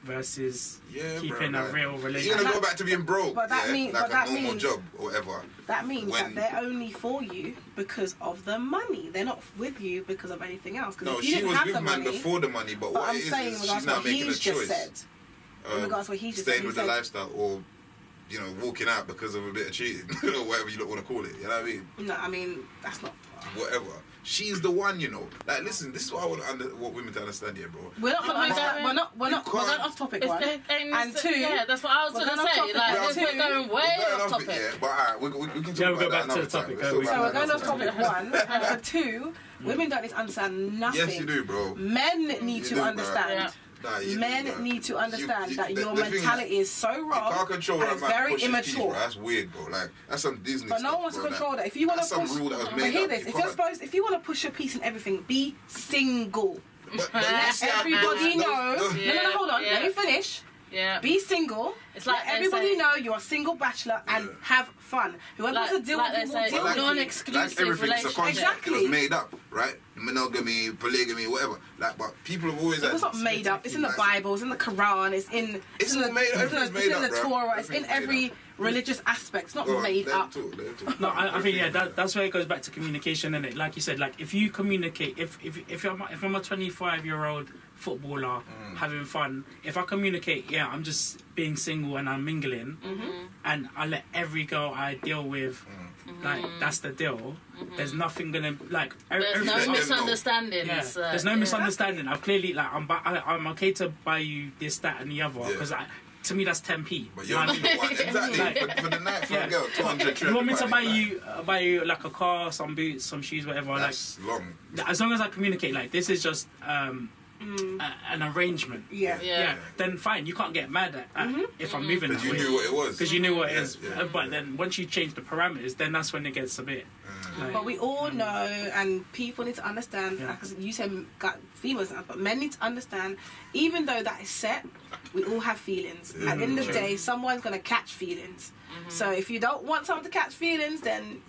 Speaker 4: versus
Speaker 5: Yeah,
Speaker 4: keeping
Speaker 5: bro,
Speaker 4: a
Speaker 5: like,
Speaker 4: real
Speaker 5: You're
Speaker 4: relationship.
Speaker 5: gonna go back to being broke.
Speaker 2: But that
Speaker 5: yeah?
Speaker 2: mean-
Speaker 5: like
Speaker 2: but
Speaker 5: a
Speaker 2: that
Speaker 5: normal
Speaker 2: means-
Speaker 5: job or whatever.
Speaker 2: That means
Speaker 5: When-
Speaker 2: that they're only for you because of the money. They're not with you because of anything else. Because
Speaker 5: No,
Speaker 2: if you
Speaker 5: she
Speaker 2: didn't
Speaker 5: was
Speaker 2: have
Speaker 5: with
Speaker 2: the
Speaker 5: man
Speaker 2: money,
Speaker 5: before the money, but,
Speaker 2: but
Speaker 5: what
Speaker 2: I'm
Speaker 5: it is,
Speaker 2: saying
Speaker 5: is
Speaker 2: in regards
Speaker 5: she's
Speaker 2: to
Speaker 5: now
Speaker 2: what
Speaker 5: making a
Speaker 2: he's just
Speaker 5: choice.
Speaker 2: said.
Speaker 5: um,
Speaker 2: regards to what he just
Speaker 5: staying
Speaker 2: said, he
Speaker 5: with
Speaker 2: said-
Speaker 5: the lifestyle or you know walking out because of a bit of cheating or whatever you want to call it. You know what I mean?
Speaker 2: No, I mean that's not.
Speaker 5: Whatever. She's the one, you know. Like, listen, this is what I want under, what women to understand here, bro.
Speaker 2: We're not
Speaker 5: You
Speaker 2: going.
Speaker 3: can't-
Speaker 2: to We're not. We're
Speaker 5: you
Speaker 2: not. We're
Speaker 5: can't-
Speaker 2: going off topic.
Speaker 3: It's
Speaker 2: One
Speaker 3: the- and,
Speaker 2: and
Speaker 3: it's-
Speaker 2: two.
Speaker 3: yeah, that's what I was
Speaker 2: we're
Speaker 3: gonna
Speaker 2: going off
Speaker 3: say.
Speaker 2: topic
Speaker 3: Like,
Speaker 5: now.
Speaker 3: this, we're
Speaker 2: Two.
Speaker 3: going
Speaker 5: We're
Speaker 3: way
Speaker 5: going
Speaker 3: off
Speaker 5: off it,
Speaker 3: topic.
Speaker 5: yeah, but alright, we, we, we can talk
Speaker 4: Yeah, we'll
Speaker 5: about
Speaker 4: go
Speaker 5: that
Speaker 4: back to
Speaker 5: another
Speaker 4: the topic,
Speaker 5: time. We'll
Speaker 4: yeah,
Speaker 5: talk
Speaker 2: So
Speaker 5: about
Speaker 2: we're
Speaker 5: that
Speaker 2: going off
Speaker 5: another
Speaker 2: topic
Speaker 5: time.
Speaker 2: one and for two. Women don't need to understand nothing.
Speaker 5: Yes, you do, bro.
Speaker 2: Men need
Speaker 5: You
Speaker 2: to
Speaker 5: do, bro.
Speaker 2: understand.
Speaker 5: Nah, you do,
Speaker 2: Men
Speaker 5: bro.
Speaker 2: need to understand
Speaker 5: you-
Speaker 2: that
Speaker 5: the-
Speaker 2: your
Speaker 5: the thing is,
Speaker 2: mentality is, so
Speaker 5: You
Speaker 2: wrong
Speaker 5: can't control
Speaker 2: and
Speaker 5: that
Speaker 2: it's
Speaker 5: man
Speaker 2: very
Speaker 5: push his teeth,
Speaker 2: immature.
Speaker 5: bro. That's weird, bro. Like that's some Disney.
Speaker 2: but no
Speaker 5: stuff,
Speaker 2: one's
Speaker 5: bro.
Speaker 2: control
Speaker 5: Like,
Speaker 2: that. If you want
Speaker 5: that's
Speaker 2: to push,
Speaker 5: some rule that was
Speaker 2: but
Speaker 5: made
Speaker 2: hear
Speaker 5: up.
Speaker 2: this:
Speaker 5: You
Speaker 2: if you're
Speaker 5: can't-
Speaker 2: supposed, if you want to push your piece and everything, be single.
Speaker 5: But, but you see how
Speaker 2: Everybody
Speaker 5: people-
Speaker 2: know.
Speaker 5: those- those-
Speaker 2: no, no, no, hold on.
Speaker 3: Yeah,
Speaker 2: Let me finish.
Speaker 3: Yeah.
Speaker 2: Be single.
Speaker 3: It's like
Speaker 2: Let
Speaker 3: they
Speaker 2: everybody
Speaker 3: say-
Speaker 2: know you're a single bachelor and
Speaker 5: Yeah.
Speaker 2: have fun. Whoever
Speaker 3: Like-
Speaker 2: wants to deal
Speaker 3: like
Speaker 2: with you
Speaker 3: they
Speaker 2: will
Speaker 3: say,
Speaker 2: deal
Speaker 5: But
Speaker 2: with
Speaker 5: like,
Speaker 2: you.
Speaker 3: Non-exclusive
Speaker 5: like everything's a
Speaker 3: relationship.
Speaker 5: contract. It
Speaker 2: Exactly.
Speaker 5: was made up, right? Monogamy, polygamy, whatever. Like, but people have always had.
Speaker 2: It's not made up. It's in the
Speaker 5: Like,
Speaker 2: Bible. It's in the Quran. It's in.
Speaker 5: It's
Speaker 2: in
Speaker 5: all
Speaker 2: the,
Speaker 5: made-
Speaker 2: it's in the-
Speaker 5: everything's
Speaker 2: it's
Speaker 5: made
Speaker 2: in
Speaker 5: up,
Speaker 2: the
Speaker 5: bro.
Speaker 2: Torah. It's in
Speaker 5: Everything's made
Speaker 2: every religious aspect. It's not
Speaker 5: Go on,
Speaker 2: made
Speaker 5: let him
Speaker 2: up.
Speaker 5: talk, let him talk.
Speaker 4: No, I, I think yeah,
Speaker 5: Everything.
Speaker 4: that, that's where it goes back to communication, and it like you said, like if you communicate, if if if I'm if I'm a 25 year old footballer
Speaker 5: Mm.
Speaker 4: having fun, if I communicate, yeah, I'm just being single and I'm mingling,
Speaker 3: Mm-hmm.
Speaker 4: and I let every girl I deal with,
Speaker 5: Mm.
Speaker 4: like that's the deal. There's nothing gonna like. e-
Speaker 3: Mm-hmm. There's
Speaker 5: Let
Speaker 3: no
Speaker 5: them
Speaker 4: everything-
Speaker 5: mis-
Speaker 3: misunderstandings.
Speaker 4: yeah,
Speaker 3: uh,
Speaker 4: there's no
Speaker 3: yeah.
Speaker 4: misunderstanding. I've clearly like I'm bu- I, I'm okay to buy you this, that, and the other
Speaker 5: Yeah.
Speaker 4: because to me that's 10p.
Speaker 5: But
Speaker 4: you know
Speaker 5: you're
Speaker 4: what I
Speaker 5: not
Speaker 4: mean?
Speaker 5: the one. Exactly.
Speaker 4: Like-
Speaker 5: for, for the night, for
Speaker 4: Yeah.
Speaker 5: a girl, 200
Speaker 4: You want me to
Speaker 5: £300,
Speaker 4: buy
Speaker 5: like,
Speaker 4: you uh, buy you like a car, some boots, some shoes, whatever. Like
Speaker 5: That's long.
Speaker 4: th- as long as I communicate, like this is just um, a, an arrangement.
Speaker 2: Yeah.
Speaker 3: Yeah.
Speaker 4: Then fine, you can't get mad at, at if I'm moving
Speaker 5: Because
Speaker 4: that
Speaker 5: you
Speaker 4: way.
Speaker 5: knew what it was.
Speaker 4: because you knew what it
Speaker 5: Yeah,
Speaker 4: is.
Speaker 5: yeah,
Speaker 4: Uh, but
Speaker 5: yeah.
Speaker 4: then once you change the parameters, then that's when it gets a bit.
Speaker 5: Mm.
Speaker 4: like-
Speaker 2: But we all know, and people need to understand.
Speaker 4: Yeah.
Speaker 2: Because you said got females, but men need to understand. Even though that is set, we all have feelings. At the end
Speaker 4: Mm-hmm.
Speaker 2: of the day, someone's gonna catch feelings. So if you don't want someone to catch feelings, then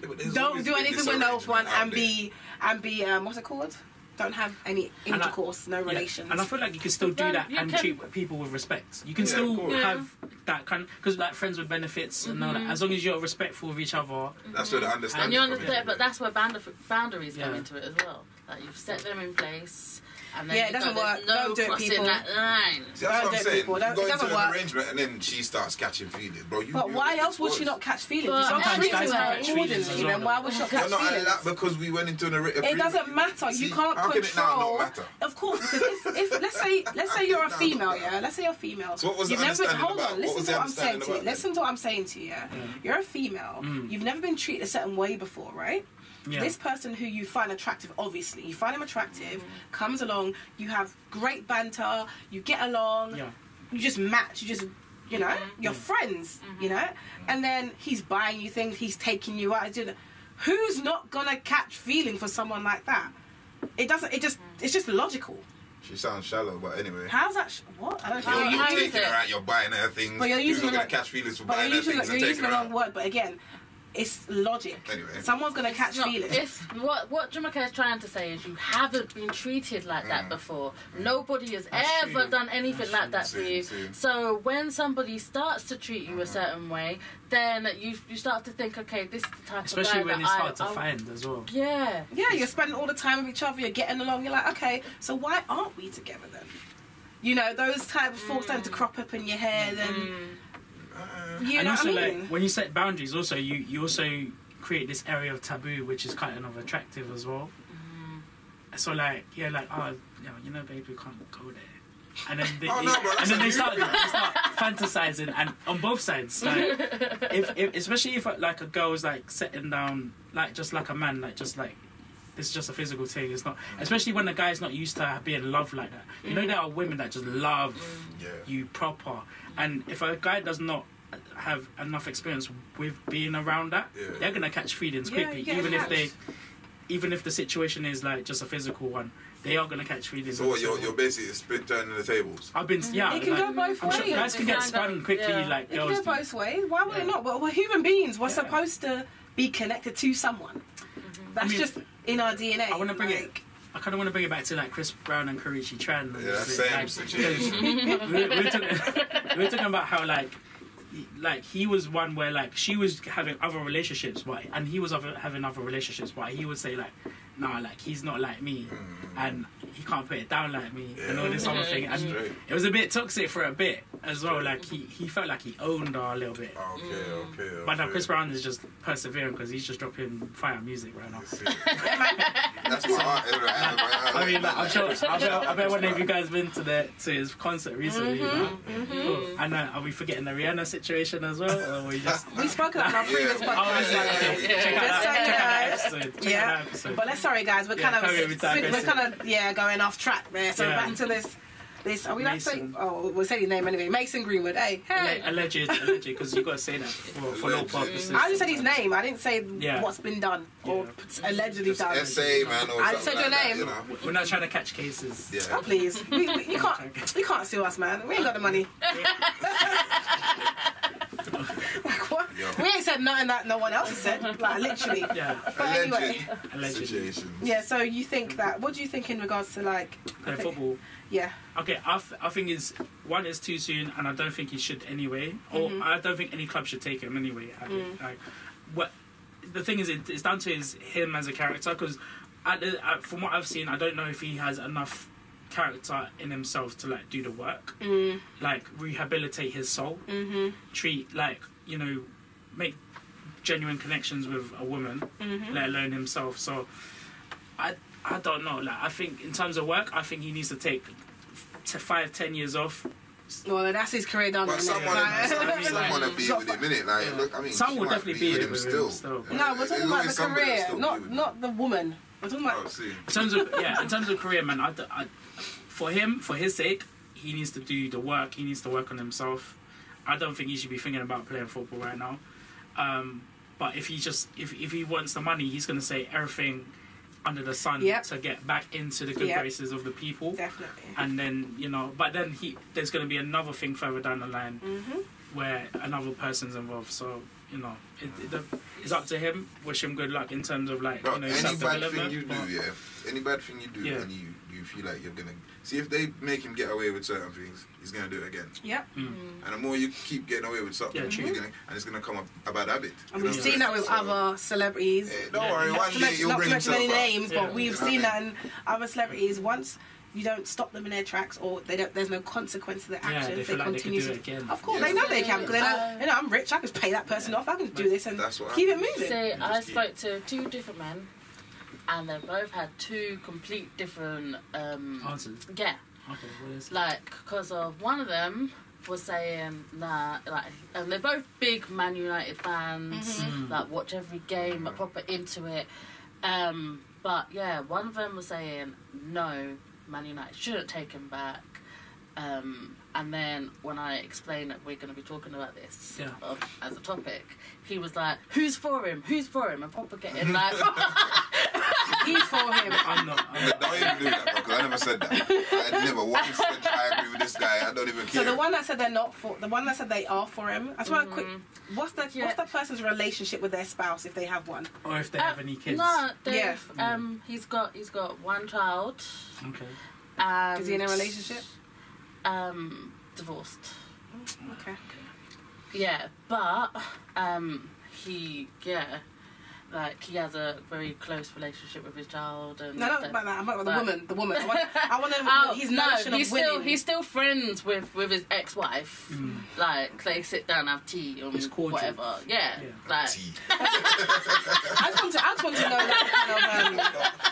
Speaker 5: Yeah, but there's
Speaker 2: don't
Speaker 5: always
Speaker 2: do
Speaker 5: been
Speaker 2: anything with no
Speaker 5: disarrangement
Speaker 2: one
Speaker 5: out
Speaker 2: and
Speaker 5: there.
Speaker 2: be and be um, what's it called? Don't have any
Speaker 4: And I-
Speaker 2: intercourse, no
Speaker 4: yeah.
Speaker 2: relations.
Speaker 4: And I feel like you can still do
Speaker 3: Well,
Speaker 4: that
Speaker 3: you
Speaker 4: and
Speaker 3: can-
Speaker 4: treat people with respect. You can
Speaker 5: Yeah, of
Speaker 4: still
Speaker 5: course.
Speaker 4: have that kind because like friends with benefits and all that. As long as you're respectful of each other.
Speaker 5: That's where the understanding.
Speaker 3: And you
Speaker 5: comes in,
Speaker 3: understand, but
Speaker 5: yeah.
Speaker 3: that's where boundar- boundaries come
Speaker 4: Yeah.
Speaker 3: into it as well. Like you've set them in place, And then
Speaker 2: Yeah, it
Speaker 3: you
Speaker 2: doesn't
Speaker 3: go, "There's
Speaker 2: work.
Speaker 3: No
Speaker 2: Don't do it,
Speaker 3: crossing
Speaker 2: people."
Speaker 3: that line.
Speaker 5: See, that's
Speaker 2: Well,
Speaker 5: what I'm
Speaker 2: that-
Speaker 5: saying.
Speaker 2: well, that-
Speaker 5: you
Speaker 2: it
Speaker 5: go into
Speaker 2: doesn't
Speaker 5: an
Speaker 2: work.
Speaker 5: arrangement and then she starts catching feelings, bro. You,
Speaker 2: But
Speaker 5: you
Speaker 2: why
Speaker 5: know
Speaker 2: else would
Speaker 5: it's
Speaker 2: she not
Speaker 5: worse.
Speaker 2: catch feelings?
Speaker 3: But
Speaker 2: If I'm
Speaker 4: sometimes
Speaker 2: treating
Speaker 4: guys
Speaker 2: her
Speaker 4: catch feelings as
Speaker 2: accordingly,
Speaker 4: well.
Speaker 2: then why would she
Speaker 5: You're
Speaker 2: catch
Speaker 5: not allowed
Speaker 2: feelings?
Speaker 5: that because we went into an arra-
Speaker 2: It
Speaker 5: agreement.
Speaker 2: doesn't matter.
Speaker 5: See,
Speaker 2: you can't
Speaker 5: how can it now
Speaker 2: control.
Speaker 5: not matter?
Speaker 2: Of course, because if, if let's say let's say you're a
Speaker 5: How can it now
Speaker 2: female,
Speaker 5: not matter?
Speaker 2: yeah. Let's say you're female.
Speaker 5: So what was the
Speaker 2: you've never been,
Speaker 5: understanding
Speaker 2: hold on.
Speaker 5: about- what
Speaker 2: Listen
Speaker 5: was
Speaker 2: to
Speaker 5: the
Speaker 2: what I'm saying
Speaker 5: understanding
Speaker 2: to you.
Speaker 5: about Mm. then?
Speaker 2: Listen to what I'm saying to you. Yeah? You're a female. You've never been treated a certain way before, right?
Speaker 4: Yeah.
Speaker 2: This person who you find attractive, obviously, you find him attractive,
Speaker 5: Mm.
Speaker 2: comes along, you have great banter, you get along,
Speaker 4: Yeah.
Speaker 2: you just match, you just, you know,
Speaker 3: Mm-hmm.
Speaker 2: you're friends, you know, and then he's buying you things, he's taking you out. he's doing- Who's not gonna catch feeling for someone like that? It doesn't. It just.
Speaker 3: Mm-hmm.
Speaker 2: It's just logical.
Speaker 5: She sounds shallow, but anyway.
Speaker 2: How's that? Sh- what? I don't
Speaker 5: You're,
Speaker 3: How-
Speaker 5: you're
Speaker 3: how
Speaker 2: know.
Speaker 3: is
Speaker 5: taking
Speaker 3: it?
Speaker 5: her out, you're buying her things.
Speaker 2: But you're using
Speaker 5: not going
Speaker 2: the-
Speaker 5: to catch feelings for
Speaker 2: But
Speaker 5: buying
Speaker 2: you're
Speaker 5: her
Speaker 2: using,
Speaker 5: things
Speaker 2: you're
Speaker 5: and
Speaker 2: using
Speaker 5: taking
Speaker 2: the
Speaker 5: her
Speaker 2: wrong
Speaker 5: out.
Speaker 2: word. But again, it's logic.
Speaker 5: Anyway.
Speaker 2: someone's gonna catch
Speaker 3: It's not-
Speaker 2: feeling.
Speaker 3: It's, what what Jamaica is trying to say is you haven't been treated like that before. Nobody has
Speaker 4: Mm. That's
Speaker 3: ever
Speaker 4: true.
Speaker 3: done anything
Speaker 4: That's
Speaker 3: like that
Speaker 5: true.
Speaker 3: to you.
Speaker 5: True, true.
Speaker 3: So when somebody starts to treat you a
Speaker 4: Mm-hmm.
Speaker 3: certain way, then you you start to think, okay, this is the type
Speaker 4: Especially
Speaker 3: of guy
Speaker 4: when
Speaker 3: that
Speaker 4: you start
Speaker 3: I,
Speaker 4: to
Speaker 3: I-
Speaker 4: find as well.
Speaker 3: Yeah.
Speaker 2: Yeah, you're spending all the time with each other, you're getting along, you're like, okay, so why aren't we together then? You know, those type of thoughts tend to
Speaker 3: Mm.
Speaker 2: crop up in your head and you
Speaker 4: and
Speaker 2: know
Speaker 4: also,
Speaker 2: what I mean?
Speaker 4: like when you set boundaries, also you you also create this area of taboo, which is kind of attractive as well. So like yeah, like oh you know, you know babe, we can't go there. And then they,
Speaker 5: Oh, no, bro,
Speaker 4: and then they
Speaker 5: that's
Speaker 4: start,
Speaker 5: not
Speaker 4: they start fantasizing, and on both sides, like if, if especially if like a girl is like sitting down, like just like a man, like just like this is just a physical thing. It's not, especially when the guy's not used to being loved like that. You know, there are women that just love
Speaker 5: Yeah.
Speaker 4: you proper, and if a guy does not have enough experience with being around that,
Speaker 5: Yeah.
Speaker 4: they're gonna catch feelings
Speaker 2: Yeah,
Speaker 4: quickly,
Speaker 2: you get
Speaker 4: even if they,
Speaker 2: attached.
Speaker 4: even if the situation is like just a physical one, they are gonna catch feelings.
Speaker 5: So what, you're, you're basically split turning the tables.
Speaker 4: I've been, yeah,
Speaker 2: It can go
Speaker 4: like,
Speaker 2: both
Speaker 4: I'm
Speaker 2: ways.
Speaker 4: sure guys can get spun quickly,
Speaker 3: Yeah.
Speaker 4: like
Speaker 2: it can
Speaker 4: girls.
Speaker 2: go
Speaker 4: do.
Speaker 2: both ways. Why would
Speaker 4: Yeah.
Speaker 2: it not? Well, we're human beings. We're
Speaker 4: Yeah. Mm-hmm.
Speaker 2: supposed to be connected to someone. That's
Speaker 4: I mean,
Speaker 2: just in our DNA.
Speaker 4: I wanna bring it-
Speaker 2: like,
Speaker 4: I kind of want to bring it back to like Chris Brown and Karichi Tran. and
Speaker 5: Yeah,
Speaker 4: this
Speaker 5: same
Speaker 4: bit, like,
Speaker 5: situation.
Speaker 4: we, were- we were talking, we were talking about how like he- like he was one where like she was having other relationships but and he was other, having other relationships but he would say like nah like he's not like me and he can't put it down like me and all this other thing and
Speaker 5: Straight.
Speaker 4: it was a bit toxic for a bit as well like he, he felt like he owned her a little bit
Speaker 5: Okay, okay, okay.
Speaker 4: but now Chris Brown is just persevering because he's just dropping fire music right now
Speaker 5: See, That's my heart. isn't it?
Speaker 4: I mean, like, I'm sure. I bet, I bet one of you
Speaker 5: Right.
Speaker 4: guys been to the to his concert recently.
Speaker 2: Mm-hmm,
Speaker 4: right? Cool. And uh, are we forgetting the Rihanna situation as well? Or we just?
Speaker 2: we spoke about our previous
Speaker 5: Yeah.
Speaker 2: podcast.
Speaker 4: Oh, it's like, okay,
Speaker 5: Yeah.
Speaker 4: check out
Speaker 2: Just so
Speaker 4: that,
Speaker 2: you
Speaker 4: check out that
Speaker 2: know.
Speaker 4: episode. Check out
Speaker 2: Yeah.
Speaker 4: that episode.
Speaker 2: But that's sorry, guys. We're
Speaker 4: Yeah,
Speaker 2: kind
Speaker 4: carry on
Speaker 2: of
Speaker 4: with that,
Speaker 2: we're
Speaker 4: Gracie.
Speaker 2: kind of yeah going off track there. So
Speaker 4: Yeah.
Speaker 2: back to this. This are we not saying?
Speaker 4: Mason.
Speaker 2: Oh, we'll say his name anyway. Mason Greenwood. Hey, hey.
Speaker 4: Alleg- alleged, alleged, because you gotta say that for, for all
Speaker 5: Alleged.
Speaker 4: purposes.
Speaker 2: I just said his name. I didn't say
Speaker 4: Yeah.
Speaker 2: what's been done or
Speaker 4: Yeah.
Speaker 2: p- allegedly
Speaker 5: Just
Speaker 2: done.
Speaker 5: essay, man. Or
Speaker 2: I
Speaker 5: something
Speaker 2: said your
Speaker 5: like that,
Speaker 2: name.
Speaker 5: you know?
Speaker 4: We're not trying to catch cases.
Speaker 5: Yeah.
Speaker 2: Oh, please, we, we, you can't, you can't sue us, man. We ain't got the money. like what?
Speaker 5: Yo.
Speaker 2: We ain't said nothing that no one else has said. Like literally.
Speaker 4: Yeah,
Speaker 2: But anyway,
Speaker 5: Alleged
Speaker 4: allegedly.
Speaker 5: situations.
Speaker 2: yeah. So you think that? What do you think in regards to like? I
Speaker 4: Play
Speaker 2: think-
Speaker 4: football.
Speaker 2: Yeah.
Speaker 4: Okay, I, th- I think is one is too soon, and I don't think he should anyway. Or I don't think any club should take him anyway. I mean, like, what the thing is, it, it's down to his him as a character. Because from what I've seen, I don't know if he has enough character in himself to like do the work, like rehabilitate his soul, mm-hmm. treat like you know, make genuine connections with a woman, let alone himself. So, I I don't know. Like I think in terms of work, I think he needs to take to five ten years off.
Speaker 2: Well, that's his career done.
Speaker 5: But
Speaker 2: isn't it?
Speaker 5: someone,
Speaker 2: Like-
Speaker 5: someone,
Speaker 4: mean,
Speaker 5: someone
Speaker 4: like-
Speaker 5: will be with him, innit? Like, look, I mean,
Speaker 4: Some
Speaker 5: she
Speaker 4: will
Speaker 5: might
Speaker 4: definitely be
Speaker 5: with
Speaker 4: with
Speaker 5: him
Speaker 4: him
Speaker 5: still.
Speaker 4: still.
Speaker 2: No, we're
Speaker 5: There's
Speaker 2: talking about
Speaker 5: always
Speaker 2: the
Speaker 5: somebody that'll
Speaker 2: career,
Speaker 5: still be
Speaker 2: not
Speaker 5: with him.
Speaker 2: not the woman. We're talking
Speaker 5: Oh,
Speaker 2: about.
Speaker 5: see.
Speaker 4: In terms of yeah, in terms of career, man, I, d- I- for him, for his sake, he needs to do the work. He needs to work on himself. I don't think he should be thinking about playing football right now. Um, but if he just if if he wants the money, he's gonna say everything under the sun
Speaker 2: Yep.
Speaker 4: to get back into the good
Speaker 2: Yep.
Speaker 4: graces of the people.
Speaker 2: Definitely.
Speaker 4: and then you know but then he there's going to be another thing further down the line
Speaker 2: Mm-hmm.
Speaker 4: where another person's involved so you know it, it, the, it's up to him wish him good luck in terms of like
Speaker 5: Bro,
Speaker 4: you know
Speaker 5: any bad thing
Speaker 4: self-development
Speaker 5: you do,
Speaker 4: but-
Speaker 5: yeah. Any bad thing you do,
Speaker 4: Yeah.
Speaker 5: and you you feel like you're gonna see if they make him get away with certain things, he's gonna do it again.
Speaker 2: Yep. Mm.
Speaker 5: And the more you keep getting away with something,
Speaker 4: Yeah, true.
Speaker 5: you're gonna, and it's gonna come up a bad habit. You
Speaker 2: And we've
Speaker 5: know what I'm
Speaker 2: seen that
Speaker 5: saying?
Speaker 2: with
Speaker 5: So,
Speaker 2: other celebrities.
Speaker 5: eh, don't worry,
Speaker 4: Not
Speaker 5: one
Speaker 2: Not to
Speaker 5: day
Speaker 2: mention,
Speaker 5: you'll
Speaker 2: not to
Speaker 5: bring
Speaker 2: mention
Speaker 5: himself
Speaker 2: any
Speaker 5: up.
Speaker 2: names,
Speaker 4: Yeah.
Speaker 2: but we've
Speaker 5: You know
Speaker 2: seen
Speaker 5: what I
Speaker 2: that in other celebrities. Once you don't stop them in their tracks, or they don't, there's no consequence to their
Speaker 4: Yeah,
Speaker 2: actions.
Speaker 4: they feel like they can
Speaker 2: continue
Speaker 4: do it
Speaker 2: to.
Speaker 4: again.
Speaker 2: Of course,
Speaker 5: Yeah.
Speaker 2: they know they can because they know,
Speaker 3: Uh,
Speaker 2: you know I'm rich. I can pay that person off. I can do this and
Speaker 5: That's what
Speaker 2: keep it
Speaker 5: happens.
Speaker 2: moving.
Speaker 3: So
Speaker 5: Just
Speaker 3: I
Speaker 5: keep-
Speaker 3: spoke to two different men, and they both had two complete different. Um,
Speaker 4: Answers.
Speaker 3: Yeah,
Speaker 4: Okay, what is
Speaker 3: like because of one of them was saying that like and they're both big Man United fans,
Speaker 4: Mhm. Mm.
Speaker 3: like watch every game, are proper into it. Um, but yeah, one of them was saying no, Man United shouldn't take him back. Um, and then when I explained that we're going to be talking about this
Speaker 4: Yeah.
Speaker 3: um, as a topic, he was like, "Who's for him? Who's for him?" And proper getting like,
Speaker 2: He's for him.
Speaker 4: I'm not. I'm not.
Speaker 5: Don't even do that, bro, 'cause I never said that. I never once said I agree with this guy. I don't even
Speaker 2: So
Speaker 5: care.
Speaker 2: the one that said they're not for, the one that said they are for him. I just want to quick. What's the
Speaker 3: Mm-hmm. Yeah.
Speaker 2: what's the person's relationship with their spouse if they have one?
Speaker 4: Or if they have
Speaker 3: Uh,
Speaker 4: any kids.
Speaker 3: No,
Speaker 2: Yeah.
Speaker 3: they've Um, he's got he's got one child.
Speaker 4: Okay.
Speaker 3: And,
Speaker 2: Is he in a relationship?
Speaker 3: Um, divorced.
Speaker 2: Okay.
Speaker 3: Yeah, but um, he yeah, like he has a very close relationship with his child and.
Speaker 2: No, not
Speaker 3: stuff.
Speaker 2: about that. I'm about the
Speaker 3: But-
Speaker 2: woman. The woman. I want, I want to.
Speaker 3: Oh,
Speaker 2: his
Speaker 3: no,
Speaker 2: notion
Speaker 3: he's
Speaker 2: of
Speaker 3: still
Speaker 2: winning.
Speaker 3: he's still friends with with his ex-wife. Like they sit down, have tea, and
Speaker 4: Mm. It's cordial.
Speaker 3: whatever. Yeah,
Speaker 4: Yeah.
Speaker 3: like
Speaker 5: Tea.
Speaker 2: I just want to. I just want to know that kind of. Um,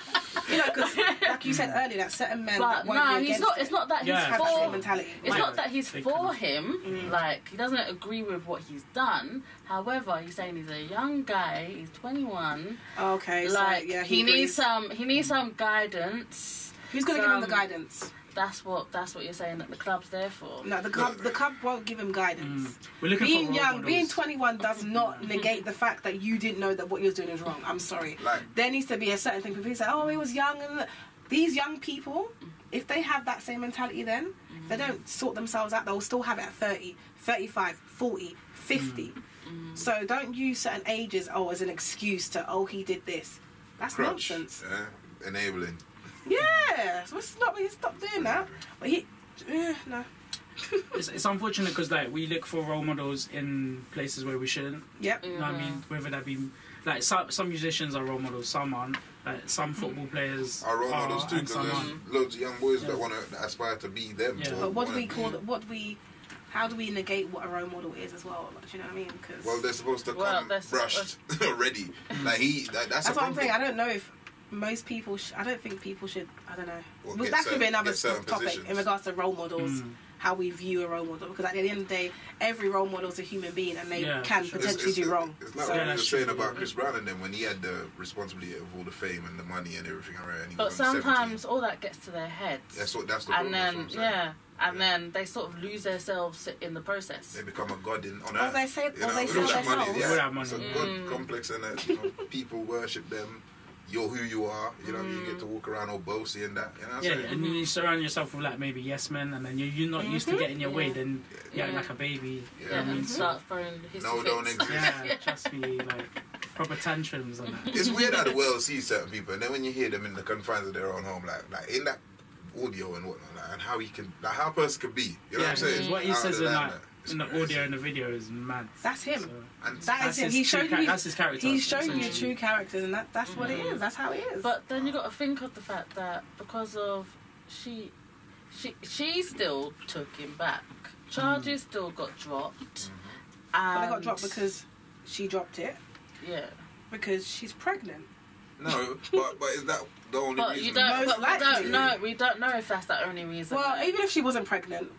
Speaker 2: you know, because like you said earlier, that certain men
Speaker 3: but
Speaker 2: that won't
Speaker 3: no,
Speaker 2: be
Speaker 3: he's
Speaker 2: against
Speaker 3: not.
Speaker 2: it,
Speaker 3: It's not that
Speaker 4: Yeah.
Speaker 3: he's
Speaker 2: have that same
Speaker 3: for.
Speaker 2: mentality.
Speaker 3: It's
Speaker 4: Yeah,
Speaker 3: not that he's
Speaker 4: they
Speaker 3: for
Speaker 4: couldn't.
Speaker 3: him,
Speaker 2: Mm.
Speaker 3: like, he doesn't agree with what he's done. However, he's saying he's a young guy, he's 21.
Speaker 2: Okay. so,
Speaker 3: like,
Speaker 2: yeah,
Speaker 3: he, needs
Speaker 2: agrees.
Speaker 3: some he needs some guidance.
Speaker 2: Who's going to give him the
Speaker 3: some-
Speaker 2: guidance?
Speaker 3: That's what that's what you're saying that the club's there for.
Speaker 2: No, the club. The club won't give him guidance.
Speaker 4: Mm. We're looking for
Speaker 2: Being
Speaker 4: role
Speaker 2: young,
Speaker 4: models.
Speaker 2: being 21 does not negate the fact that you didn't know that what you're doing is wrong. I'm sorry.
Speaker 5: Like-
Speaker 2: there needs to be a certain thing. People say, oh, he was young. and These young people, if they have that same mentality then, if they don't sort themselves out, they'll still have it at 30, 35, 40, 50.
Speaker 5: Mm.
Speaker 2: So don't use certain ages, oh, as an excuse to, oh, he did this. That's
Speaker 5: Crutch.
Speaker 2: nonsense.
Speaker 5: Yeah, enabling.
Speaker 2: Yeah. So it's not, stop doing that. But he, eh, no.
Speaker 4: It's, it's unfortunate because like we look for role models in places where we shouldn't.
Speaker 2: Yep.
Speaker 5: Mm.
Speaker 4: You know what I mean? Whether that be like some some musicians are role models, some aren't. Like some football players
Speaker 5: Our role models too,
Speaker 4: Oh, and
Speaker 5: because
Speaker 4: some
Speaker 5: there's
Speaker 4: aren't.
Speaker 5: loads of young boys
Speaker 4: Yeah.
Speaker 5: that want to aspire to be them.
Speaker 4: Yeah.
Speaker 5: or
Speaker 2: But what do
Speaker 5: wanna
Speaker 2: we call
Speaker 5: be-
Speaker 2: it? What do we? How do we negate what a role model is as well? Like, do you know what I mean? Because
Speaker 5: Well, they're supposed to
Speaker 3: Well,
Speaker 5: come
Speaker 3: that's-
Speaker 5: brushed, ready. Like he, that, that's,
Speaker 2: that's
Speaker 5: a
Speaker 2: what I'm
Speaker 5: problem.
Speaker 2: saying. I don't know if most people. Sh- I don't think people should. I don't know.
Speaker 5: Well,
Speaker 2: Well,
Speaker 5: get
Speaker 2: that could be
Speaker 5: certain-
Speaker 2: another
Speaker 5: get certain
Speaker 2: topic in
Speaker 5: positions.
Speaker 2: regards to role models.
Speaker 4: Mm.
Speaker 2: How we view a role model, because at the end of the day, every role model is a human being, and they
Speaker 4: Yeah,
Speaker 2: can
Speaker 4: sure.
Speaker 5: It's-
Speaker 2: potentially
Speaker 5: it's-
Speaker 2: do wrong.
Speaker 5: It's like
Speaker 2: So-
Speaker 5: what we
Speaker 4: Yeah,
Speaker 5: were
Speaker 4: that's
Speaker 5: saying
Speaker 4: true.
Speaker 5: about Chris Brown and them when he had the responsibility of all the fame and the money and everything around. And he
Speaker 3: But
Speaker 5: was only 17.
Speaker 3: sometimes all that gets to their heads.
Speaker 5: that's what that's the
Speaker 3: and
Speaker 5: problem. that's
Speaker 3: then
Speaker 5: what I'm saying.
Speaker 3: yeah, and
Speaker 5: Yeah.
Speaker 3: then they sort of lose themselves in the process.
Speaker 5: They become a god in on
Speaker 2: Or
Speaker 5: earth.
Speaker 2: they say-
Speaker 5: you
Speaker 2: or
Speaker 5: know,
Speaker 2: they
Speaker 5: with all
Speaker 2: sell
Speaker 5: that money,
Speaker 2: themselves.
Speaker 5: yeah.
Speaker 4: With that money, Mm.
Speaker 5: It's a
Speaker 4: yeah.
Speaker 5: god complex and that you know, people worship them. You're who you are. You know, you get to walk around all bossy and that. You know what I'm
Speaker 4: Yeah,
Speaker 5: saying?
Speaker 4: and then you surround yourself with like maybe yes men, and then you're, you're not used to
Speaker 2: Mm-hmm.
Speaker 4: getting your way,
Speaker 3: Yeah.
Speaker 4: then you're acting
Speaker 3: Yeah.
Speaker 4: like a baby.
Speaker 5: Yeah.
Speaker 4: You know what
Speaker 3: Yeah,
Speaker 4: I mean?
Speaker 3: and start throwing his
Speaker 5: Mm-hmm. No, don't exist.
Speaker 4: Yeah, trust me, like proper tantrums and that.
Speaker 5: It's weird how the world sees certain people, and then when you hear them in the confines of their own home, like like in that audio and whatnot, like, and how he can, like how a person could be. You know what I'm saying?
Speaker 4: What he
Speaker 5: Out
Speaker 4: says
Speaker 5: of
Speaker 4: in
Speaker 5: that,
Speaker 4: like
Speaker 5: like, it's
Speaker 4: in the
Speaker 5: crazy.
Speaker 4: audio and the video is mad.
Speaker 2: That's him.
Speaker 4: So-
Speaker 5: And
Speaker 2: that is
Speaker 4: That's
Speaker 2: him.
Speaker 4: his
Speaker 2: He
Speaker 4: true
Speaker 2: showed
Speaker 4: char-
Speaker 2: you.
Speaker 4: that's his character,
Speaker 2: He's shown you true
Speaker 4: essentially.
Speaker 2: characters, and that, that's what it is. That's how it is.
Speaker 3: But then you got to think of the fact that because of she, she, she still took him back. Charges
Speaker 5: Mm.
Speaker 3: still got dropped.
Speaker 5: Mm-hmm.
Speaker 3: And
Speaker 2: but they got dropped because she dropped it
Speaker 3: yeah.
Speaker 2: because she's pregnant.
Speaker 5: no, but but is that the only
Speaker 3: But
Speaker 5: reason?
Speaker 3: you don't.
Speaker 2: Most
Speaker 3: But we
Speaker 2: likely.
Speaker 3: don't know. We don't know if that's the only reason.
Speaker 2: Well, even if she wasn't pregnant,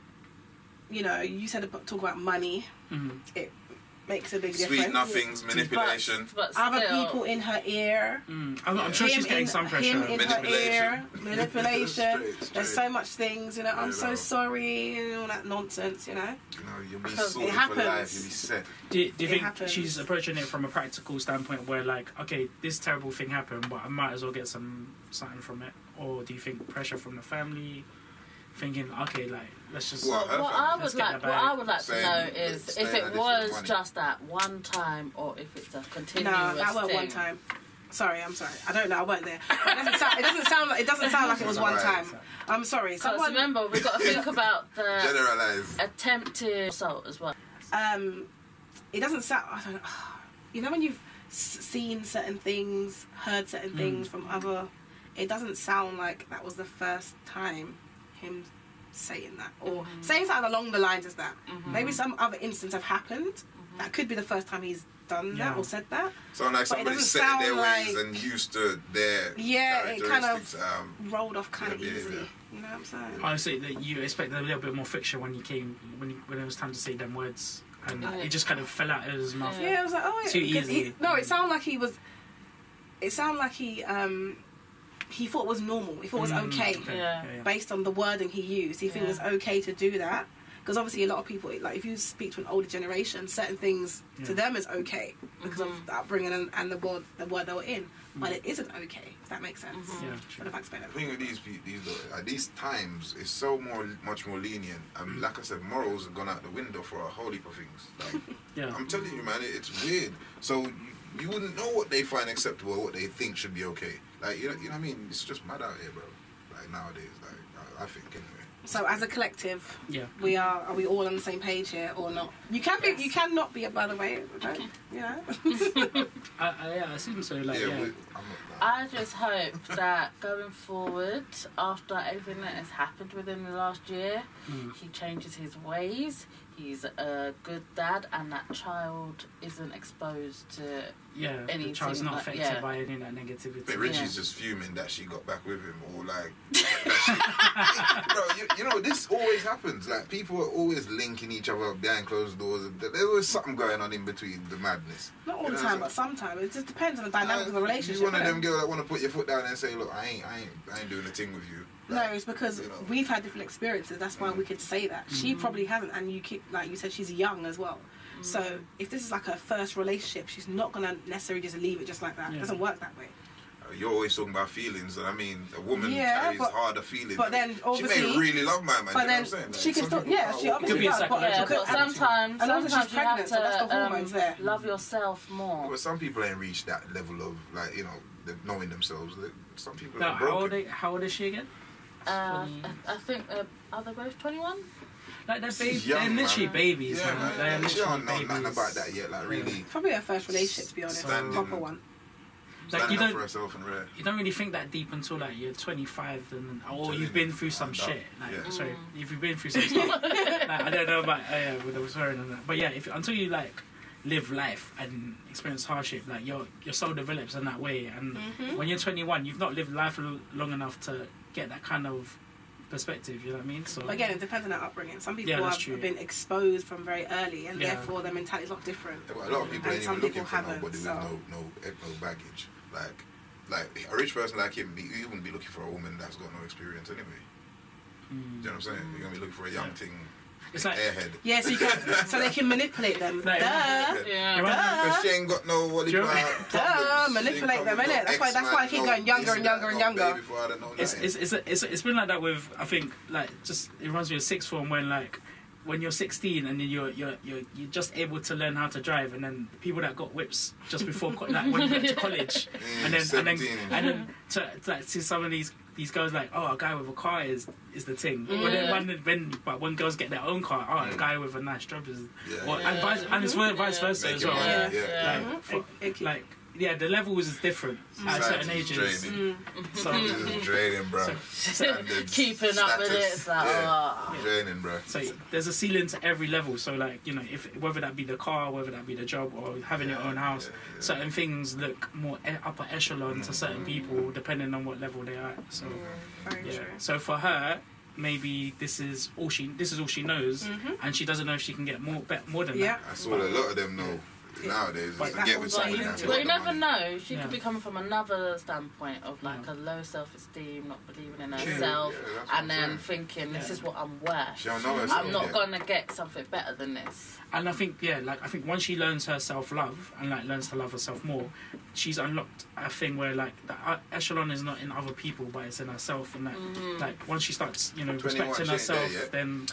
Speaker 2: you know, you said about, talk about money
Speaker 4: Mm.
Speaker 2: makes a big
Speaker 5: Sweet
Speaker 2: difference.
Speaker 5: nothings, manipulation.
Speaker 3: But, but
Speaker 2: Other
Speaker 3: still,
Speaker 2: people in her ear.
Speaker 4: Mm. I'm, I'm sure
Speaker 2: him
Speaker 4: she's getting
Speaker 2: in-
Speaker 4: some pressure.
Speaker 2: Him in her ear,
Speaker 5: Manipulation.
Speaker 2: manipulation.
Speaker 5: Straight, straight.
Speaker 2: There's so much things, you know. I'm
Speaker 5: Yeah,
Speaker 2: so
Speaker 5: no.
Speaker 2: sorry and all that nonsense, you know.
Speaker 5: You know, you'll be
Speaker 3: Because
Speaker 5: sorted
Speaker 2: it
Speaker 5: for life.
Speaker 2: happens.
Speaker 5: You'll be set.
Speaker 4: Do, do you
Speaker 2: It
Speaker 4: think
Speaker 2: happens.
Speaker 4: she's approaching it from a practical standpoint, where like, okay, this terrible thing happened, but I might as well get some something from it, or do you think pressure from the family, thinking, okay, like let's just
Speaker 5: Well,
Speaker 3: What,
Speaker 5: her
Speaker 3: what I
Speaker 5: family.
Speaker 3: would
Speaker 4: Let's get
Speaker 3: like,
Speaker 4: that
Speaker 3: what I
Speaker 4: back.
Speaker 3: would like to
Speaker 5: Saying
Speaker 3: know
Speaker 5: that
Speaker 3: is
Speaker 5: it's
Speaker 3: if
Speaker 5: saying
Speaker 3: it
Speaker 5: that it's
Speaker 3: was
Speaker 5: money.
Speaker 3: just that one time, or if it's a continuous
Speaker 2: No, that weren't
Speaker 3: thing.
Speaker 2: one time. Sorry, I'm sorry. I don't know. I weren't there. It doesn't sound. It doesn't sound like. It doesn't sound like it was one
Speaker 5: Alright.
Speaker 2: time. I'm sorry.
Speaker 3: Because
Speaker 2: Someone.
Speaker 3: remember, we got to think about the
Speaker 5: Generalize.
Speaker 3: attempted assault as well.
Speaker 2: um, it doesn't sound. I don't know.
Speaker 4: Mm.
Speaker 2: You know when you've s- seen certain things, heard certain things from other it doesn't sound like that was the first time him saying that or
Speaker 4: Mm-hmm.
Speaker 2: saying something along the lines as that. Maybe some other instance have happened.
Speaker 4: Mm-hmm.
Speaker 2: That could be the first time he's done that
Speaker 4: Yeah.
Speaker 2: or said that.
Speaker 5: Sound like
Speaker 2: But it
Speaker 5: somebody
Speaker 2: doesn't
Speaker 5: set in their
Speaker 2: sound
Speaker 5: ways
Speaker 2: like-
Speaker 5: and used to their
Speaker 2: Yeah, it kind of-
Speaker 5: characteristics. Um,
Speaker 2: Rolled off kind of
Speaker 5: Yeah, yeah,
Speaker 2: easily.
Speaker 5: yeah.
Speaker 2: You know what I'm saying?
Speaker 4: Honestly, that you expected a little bit more friction when you came when you, when it was time to say them words, and
Speaker 3: Yeah.
Speaker 4: it just kind of fell out of his mouth.
Speaker 2: Oh, Yeah, I was like, oh,
Speaker 4: Too
Speaker 2: it, 'cause
Speaker 4: easy.
Speaker 2: He, no, it sounded like he was. It sounded like he um, he thought it was normal. He thought it was
Speaker 4: Mm,
Speaker 2: okay.
Speaker 3: Yeah.
Speaker 4: yeah, yeah.
Speaker 2: based on the wording he used. He thought it was
Speaker 3: Yeah.
Speaker 2: okay to do that because obviously a lot of people, like if you speak to an older generation, certain things to
Speaker 4: Yeah.
Speaker 2: them is okay because of
Speaker 3: Mhm.
Speaker 2: the upbringing and, and the world the world they were in, but it isn't okay. If that makes sense.
Speaker 3: Mhm.
Speaker 4: Mm. Mm-hmm. Yeah,
Speaker 2: But if I explain
Speaker 5: The thing with these pe- these though, at these times it's so more much more lenient and like I said morals have gone out the window for a whole heap of things like
Speaker 4: yeah.
Speaker 5: I'm telling you man it- it's weird so you, you wouldn't know what they find acceptable or what they think should be okay like you know, you know what I mean it's just mad out here bro like nowadays like I, I think anyway
Speaker 2: So as a collective,
Speaker 4: Yeah.
Speaker 2: we are are we all on the same page here or not? You can be, you can not be. By the way, don't, you know.
Speaker 4: I, I, yeah, I assume so. Like,
Speaker 5: yeah,
Speaker 4: yeah,
Speaker 5: We, I'm not,
Speaker 3: I just hope that going forward, after everything that has happened within the last year,
Speaker 4: Mm.
Speaker 3: he changes his ways. He's a good dad, and that child isn't exposed to.
Speaker 4: yeah. The
Speaker 3: Anything
Speaker 4: child's not
Speaker 3: like-
Speaker 4: affected
Speaker 3: yeah.
Speaker 4: by any of that
Speaker 5: But
Speaker 4: negativity.
Speaker 5: Richie's just fuming that she got back with him, or like, that she, bro, you, you know, this always happens. Like, people are always linking each other up behind closed doors. There's always something going on in between the madness.
Speaker 2: Not all
Speaker 5: You
Speaker 2: the
Speaker 5: know,
Speaker 2: time,
Speaker 5: so-
Speaker 2: but sometimes it just depends on the dynamic of the relationship.
Speaker 5: Uh, You one of
Speaker 2: innit?
Speaker 5: them girls that want to put your foot down and say, "Look, I ain't, I ain't, I ain't doing a thing with you."
Speaker 2: No, it's because
Speaker 5: you know. Mm-hmm.
Speaker 2: we've had different experiences. That's why we could say that. She probably hasn't, and you keep like you said, she's young as well.
Speaker 5: Mm-hmm.
Speaker 2: So if this is like her first relationship, she's not gonna necessarily just leave it just like that. It
Speaker 4: Yeah.
Speaker 2: doesn't work that way.
Speaker 5: Uh, You're always talking about feelings, and I mean, a woman
Speaker 2: Yeah,
Speaker 5: carries
Speaker 2: but-
Speaker 5: harder feelings.
Speaker 2: but then
Speaker 5: she
Speaker 2: obviously-
Speaker 5: may really love my
Speaker 2: but
Speaker 5: man. you know
Speaker 2: then
Speaker 5: what I'm saying?
Speaker 2: she can
Speaker 5: some
Speaker 2: still,
Speaker 5: people
Speaker 2: yeah,
Speaker 5: are
Speaker 2: she
Speaker 5: walking-
Speaker 4: Could
Speaker 2: obviously
Speaker 4: be a
Speaker 2: does. But,
Speaker 4: Yeah,
Speaker 3: Yeah,
Speaker 4: psychological
Speaker 3: but sometimes,
Speaker 2: And also she's
Speaker 3: sometimes you have
Speaker 2: pregnant, so that's
Speaker 3: to
Speaker 2: the hormones
Speaker 3: um,
Speaker 2: there.
Speaker 3: love yourself more.
Speaker 5: Well, some people ain't reached that level of like you know the- knowing themselves. They- Some people
Speaker 4: Now,
Speaker 5: are
Speaker 4: how
Speaker 5: broken.
Speaker 4: old? Are, how old is she again?
Speaker 3: Uh, I, I think uh, are they both twenty-one?
Speaker 4: Like they're, baby,
Speaker 5: She's young,
Speaker 4: they're literally
Speaker 5: man.
Speaker 4: babies.
Speaker 5: Yeah,
Speaker 4: man. They're
Speaker 5: man. She
Speaker 4: literally
Speaker 5: don't know nothing
Speaker 4: babies.
Speaker 5: about that yet. Like, really,
Speaker 2: Probably her first relationship, to be honest,
Speaker 5: Standing.
Speaker 2: proper one.
Speaker 4: Like you
Speaker 5: standing up for
Speaker 4: don't
Speaker 5: herself and rare.
Speaker 4: you don't really think that deep until like you're 25 and or
Speaker 5: Until
Speaker 4: you've
Speaker 5: then,
Speaker 4: been through some
Speaker 5: and up.
Speaker 4: shit. Like,
Speaker 5: Yeah.
Speaker 4: sorry,
Speaker 2: Mm.
Speaker 4: if you've been through some stuff. like, I don't know about oh, yeah, with the swearing and that. But yeah, if until you like live life and experience hardship, like your your soul develops in that way. And when you're 21, you've not lived life l- long enough to get that kind of perspective. You know what I mean? So
Speaker 2: But again, it depends on her upbringing. Some people
Speaker 4: Yeah, that's
Speaker 2: have
Speaker 4: true.
Speaker 2: been exposed from very early, and
Speaker 4: Yeah.
Speaker 2: therefore their mentality is a lot different.
Speaker 5: Yeah, but a lot of people
Speaker 2: And
Speaker 5: ain't
Speaker 2: some
Speaker 5: even looking
Speaker 2: people
Speaker 5: for
Speaker 2: haven't,
Speaker 5: nobody
Speaker 2: so-
Speaker 5: with no, no no baggage. Like, like a rich person like him, he, he wouldn't be looking for a woman that's got no experience anyway. Do you know what I'm saying? You're gonna be looking for a young
Speaker 4: Yeah.
Speaker 5: thing,
Speaker 4: mm, it's like.
Speaker 5: airhead.
Speaker 2: Yeah, so, you can, so they can manipulate them.
Speaker 4: No, it-
Speaker 2: Duh.
Speaker 4: it
Speaker 3: Yeah.
Speaker 4: reminds me-
Speaker 5: Because she ain't got no what
Speaker 4: Do you remember-
Speaker 2: Duh, manipulate them, innit? That's why- that's why I keep going younger and younger and younger.
Speaker 4: It's, it's, it's, it's, it's been like that with I think like just it reminds me of sixth form when like when you're 16 and then you're you're you're, you're just able to learn how to drive and then the people that got whips just before co- like when you went to college
Speaker 5: Mm,
Speaker 4: and then and then
Speaker 5: 17.
Speaker 4: and then to, to like see some of these these girls like oh a guy with a car is is the thing but then
Speaker 3: Yeah.
Speaker 4: when, when but when girls get their own car oh a
Speaker 5: Mm.
Speaker 4: guy with a nice job is
Speaker 5: Yeah.
Speaker 4: or, and, vice, and it's vice
Speaker 3: Yeah.
Speaker 4: versa as
Speaker 5: Make it
Speaker 4: well
Speaker 5: work,
Speaker 2: Yeah.
Speaker 5: yeah. Uh-huh.
Speaker 4: like,
Speaker 2: Mhm.
Speaker 4: for-
Speaker 2: It- it-
Speaker 4: like yeah the levels is different
Speaker 5: Mm.
Speaker 4: at certain
Speaker 5: Society's
Speaker 4: ages
Speaker 2: Mm.
Speaker 5: draining.
Speaker 4: so.
Speaker 5: This is draining, bro. Standards,
Speaker 3: Keeping up with it, it's like,
Speaker 5: yeah.
Speaker 3: ah.
Speaker 5: draining, bro.
Speaker 4: oh. So there's a ceiling to every level. So like you know, if whether that be the car, whether that be the job, or having your own house, certain things look more e- upper echelon to
Speaker 5: Mm.
Speaker 4: certain people depending on what level they are. At. So
Speaker 2: Very
Speaker 4: yeah.
Speaker 2: true.
Speaker 4: So for her, maybe this is all she this is all she knows, and she doesn't know if she can get more bet more than
Speaker 2: Mm-hmm. Yeah.
Speaker 4: that.
Speaker 5: That's all a lot of them know nowadays.
Speaker 4: But
Speaker 5: Is to
Speaker 2: that
Speaker 5: get with
Speaker 2: was like
Speaker 5: someone
Speaker 2: you-
Speaker 5: that's
Speaker 2: Yeah.
Speaker 3: Well,
Speaker 5: got
Speaker 3: you
Speaker 5: the
Speaker 3: never
Speaker 5: money.
Speaker 3: know. She
Speaker 4: Yeah.
Speaker 3: could be coming from another standpoint of like
Speaker 4: Yeah.
Speaker 3: a low self esteem, not believing in
Speaker 5: Mm. True.
Speaker 3: herself,
Speaker 5: Yeah, that's what I'm
Speaker 3: and then
Speaker 5: saying.
Speaker 3: thinking, this
Speaker 4: Yeah.
Speaker 3: is what I'm worth.
Speaker 5: She don't know herself
Speaker 3: I'm not
Speaker 5: yet.
Speaker 3: gonna get something better than this.
Speaker 4: And I think yeah, like I think once she learns her self love and like learns to love herself more, she's unlocked a thing where like the uh, echelon is not in other people, but it's in herself. And like, like once she starts you know
Speaker 5: 21
Speaker 4: respecting
Speaker 5: she ain't there
Speaker 4: herself,
Speaker 5: yet.
Speaker 4: then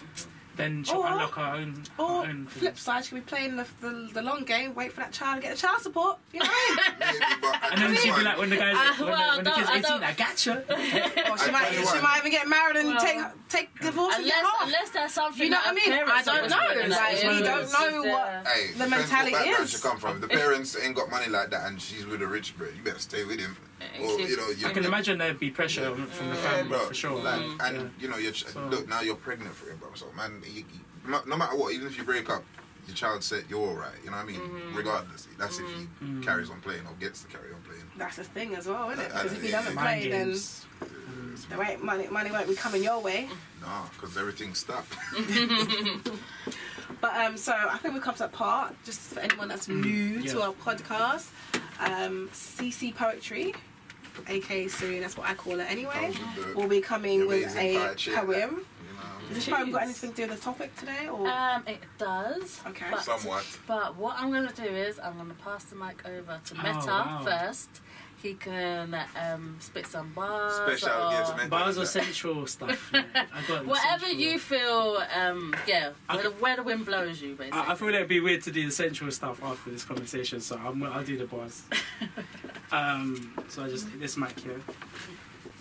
Speaker 4: then she'll
Speaker 2: Or-
Speaker 4: unlock her own
Speaker 2: Or
Speaker 4: her own things.
Speaker 2: flip side, she could be playing the, the, the long game, wait for that child to get the child support. You know what I
Speaker 5: Maybe, but at
Speaker 4: And then she'd be
Speaker 5: 21,
Speaker 4: like, when the guys,
Speaker 3: Uh,
Speaker 4: when,
Speaker 3: well,
Speaker 4: the, when the
Speaker 3: I
Speaker 4: kids
Speaker 3: don't- I
Speaker 4: 18,
Speaker 3: don't-
Speaker 4: I gotcha.
Speaker 2: mean? Or she might, she
Speaker 5: 21.
Speaker 2: might even get married and
Speaker 3: Well,
Speaker 2: take take divorce and get
Speaker 3: Unless,
Speaker 2: half.
Speaker 3: unless there's something.
Speaker 2: You know
Speaker 3: that
Speaker 2: what I
Speaker 3: her
Speaker 2: mean?
Speaker 3: parents
Speaker 2: I don't
Speaker 3: are
Speaker 2: know,
Speaker 3: doing
Speaker 2: like,
Speaker 3: that
Speaker 4: we
Speaker 3: is.
Speaker 4: don't
Speaker 2: know
Speaker 3: Yeah.
Speaker 2: what-
Speaker 5: Hey, depends what
Speaker 2: mentality
Speaker 5: background
Speaker 2: is.
Speaker 5: she come from. If the parents ain't got money like that and she's with a rich bro, you better stay with him. Or, you know,
Speaker 4: I can
Speaker 5: you-
Speaker 4: imagine there'd be pressure from from the
Speaker 5: Yeah,
Speaker 4: family
Speaker 5: bro.
Speaker 4: for sure. Mm.
Speaker 5: Like, and
Speaker 4: yeah.
Speaker 5: you know, your ch-
Speaker 4: So-
Speaker 5: look now you're pregnant for him, bro. So man, you, you, no, no matter what, even if you break up, your child said you're all right. You know what I mean?
Speaker 4: Mm-hmm.
Speaker 5: Regardless, that's if he
Speaker 4: Mhm.
Speaker 5: carries on playing or gets to carry on playing.
Speaker 2: That's the thing as well, isn't it?
Speaker 5: Uh,
Speaker 2: Because if he
Speaker 5: yeah,
Speaker 2: doesn't
Speaker 5: yeah.
Speaker 2: play,
Speaker 4: Mind
Speaker 2: then
Speaker 4: games.
Speaker 2: the right money money won't be coming your way.
Speaker 5: Nah, because everything's stopped.
Speaker 2: But um, so I think we come to that part. Just for anyone that's
Speaker 4: Mm,
Speaker 2: new to
Speaker 4: yeah.
Speaker 2: our podcast, um, CC Poetry, aka Serene, that's what I call it anyway.
Speaker 5: Comes with the-
Speaker 2: Will be coming
Speaker 5: the
Speaker 2: with
Speaker 5: Oh, amazing
Speaker 2: a
Speaker 5: poetry, like,
Speaker 2: poem.
Speaker 5: you know what I mean?
Speaker 2: Has this poem got
Speaker 3: Jeez.
Speaker 2: anything to do with the topic today? Or
Speaker 3: Um, it does.
Speaker 2: Okay.
Speaker 3: But,
Speaker 5: Somewhat.
Speaker 3: But what I'm going to do is I'm going to pass the mic over to
Speaker 4: Oh,
Speaker 3: Meta
Speaker 4: wow.
Speaker 3: first. He can um, spit some bars.
Speaker 5: Special
Speaker 3: or
Speaker 5: guest Meta.
Speaker 4: Bars are sensual stuff. yeah. I got the
Speaker 3: Whatever
Speaker 4: sensual.
Speaker 3: you feel, um, yeah,
Speaker 4: I
Speaker 3: where the, where the wind blows you,
Speaker 2: Uh,
Speaker 3: basically.
Speaker 4: I, I thought it'd be weird to do the sensual stuff after this conversation, so I'm, I'll do the bars. um, so I just hit this mic here.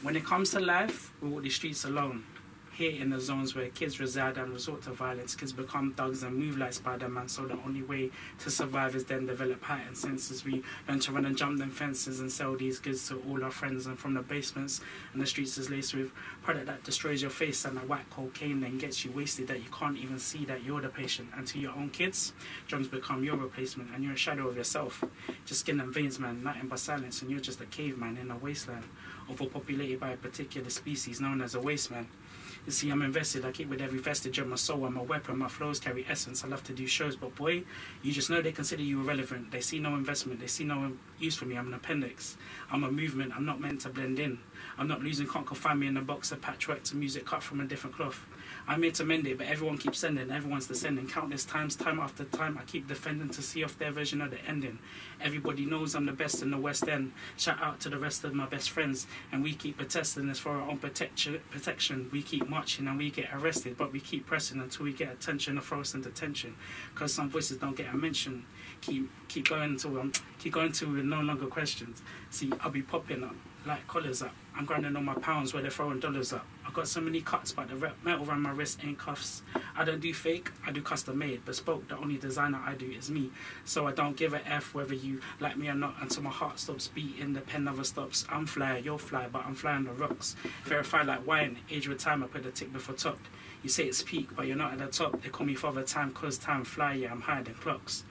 Speaker 4: When it comes to life, we walk the streets alone. Here in the zones where kids reside and resort to violence, kids become thugs and move like Spider Man. So the only way to survive is then develop pattern senses. We learn to run and jump them fences and sell these goods to all our friends. And from the basements and the streets is laced with product that destroys your face and that whack cocaine then gets you wasted that you can't even see that you're the patient. And to your own kids, drums become your replacement and you're a shadow of yourself. Just skin and veins, man, nothing but silence, and you're just a caveman in a wasteland overpopulated by a particular species known as a wasteman. You see, I'm invested. I keep with every vestige of my soul. I'm a weapon. My flows carry essence. I love to do shows, but boy, you just know they consider you irrelevant. They see no investment. They see no use for me. I'm an appendix. I'm a movement. I'm not meant to blend in. I'm not losing. Can't confine me in a box of patchwork to music cut from a different cloth. I'm here to mend it, but everyone keeps sending. Everyone's descending. Countless times, time after time, I keep defending to see off their version of the ending. Everybody knows I'm the best in the West End. Shout out to the rest of my best friends. And we keep protesting this for our own protection. protection. We keep marching and we get arrested, but we keep pressing until we get attention or throw us in detention. Because some voices don't get a mention. Keep keep going until um, keep going till we're no longer questioned. See, I'll be popping up like collars up. I'm grinding on my pounds where they're throwing dollars up. I got so many cuts, but the rep metal around my wrist ain't cuffs. I don't do fake, I do custom made, bespoke. The only designer I do is me. So I don't give a F whether you like me or not until my heart stops beating, the pen never stops. I'm fly, you're fly, but I'm flying the rocks. Verify like wine, age with time, I put the tick before top. You say it's peak, but you're not at the top. They call me father time, cause time fly, yeah, I'm higher than clocks.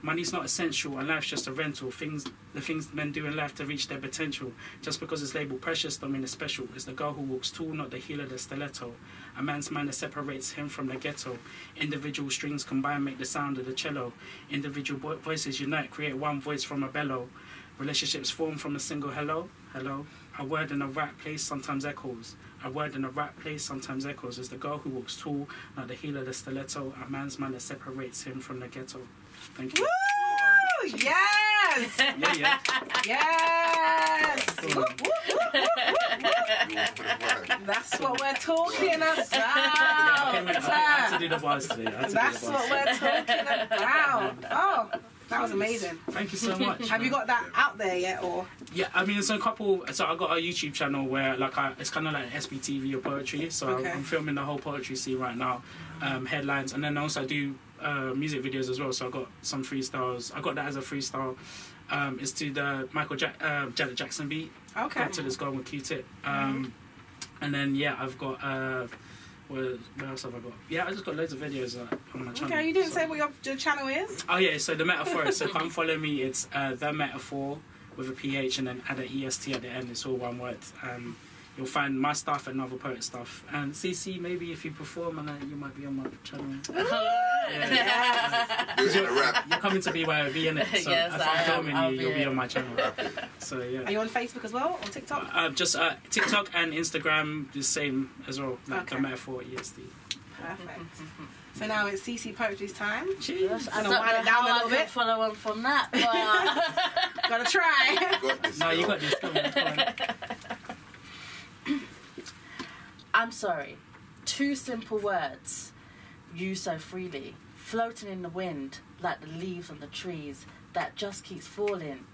Speaker 4: Money's not essential and life's just a rental. Things the things men do in life to reach their potential. Just because it's labeled precious don't mean it's special. It's the girl who walks tall, not the heel of the stiletto. A man's mind that separates him from the ghetto. Individual strings combine make the sound of the cello. Individual vo- voices unite, create one voice from a bellow. Relationships form from a single hello, hello. A word in the right place sometimes echoes. A word in the right place sometimes echoes. It's the girl who walks tall, not the heel of the stiletto. A man's mind that separates him from the ghetto. Thank you.
Speaker 2: Woo! Yes!
Speaker 4: Yeah, yeah.
Speaker 2: yes! Woo, woo, woo, woo. That's what we're talking
Speaker 4: I
Speaker 2: about.
Speaker 4: had to do the bars today. I had to do the
Speaker 2: That's what
Speaker 4: bars.
Speaker 2: we're talking about. Oh, that was amazing.
Speaker 4: Thank you so much.
Speaker 2: Have you got that out there yet, or
Speaker 4: Yeah, I mean, it's a couple. So I got a YouTube channel where, like, I, it's kind of like SBTV or poetry. So
Speaker 2: Okay.
Speaker 4: I'm filming the whole poetry scene right now, um, headlines, and then also I do uh, music videos as well. So I got some freestyles. I got that as a freestyle. Um, it's to the Michael Jack, uh, Janet Jackson beat.
Speaker 2: okay? Mm-hmm.
Speaker 4: Back to this girl with Q-Tip. Um, And then yeah, I've got. Uh, what, what else have I got? Yeah, I just got loads of videos uh, on my channel.
Speaker 2: Okay, you didn't
Speaker 4: so-
Speaker 2: say what your, your channel is.
Speaker 4: Oh yeah, so the metaphor. so come follow me. It's uh, the metaphor with a ph and then add an est at the end. It's all one word. Um, you'll find my stuff and other poet stuff. And CC, maybe if you perform, and uh, you might be on my channel.
Speaker 2: uh,
Speaker 4: Yeah.
Speaker 5: Do it in a rap.
Speaker 4: You're coming to BYOB, innit? So
Speaker 3: Yes,
Speaker 4: if
Speaker 3: I
Speaker 4: I'm
Speaker 3: am.
Speaker 4: filming
Speaker 3: I'll
Speaker 4: you,
Speaker 3: be
Speaker 4: you'll be
Speaker 3: there.
Speaker 4: on my channel. So
Speaker 2: Are
Speaker 4: yeah.
Speaker 2: you on Facebook as well or TikTok?
Speaker 4: Uh, just uh, TikTok and Instagram, the same as well. Like the
Speaker 2: Okay.
Speaker 4: metaphor E ESD.
Speaker 2: Perfect. So now it's CC Poetry's time.
Speaker 4: Cheers.
Speaker 3: I
Speaker 2: Gonna
Speaker 3: don't
Speaker 2: wind
Speaker 3: know
Speaker 2: it down a
Speaker 3: how
Speaker 2: little
Speaker 3: I can
Speaker 2: bit.
Speaker 3: follow on from that, but
Speaker 2: Gotta try.
Speaker 5: Got this.
Speaker 4: No, you
Speaker 5: yo.
Speaker 4: got this. Come on, come on.
Speaker 3: I'm sorry. Two simple words used so freely, floating in the wind like the leaves on the trees that just keeps falling.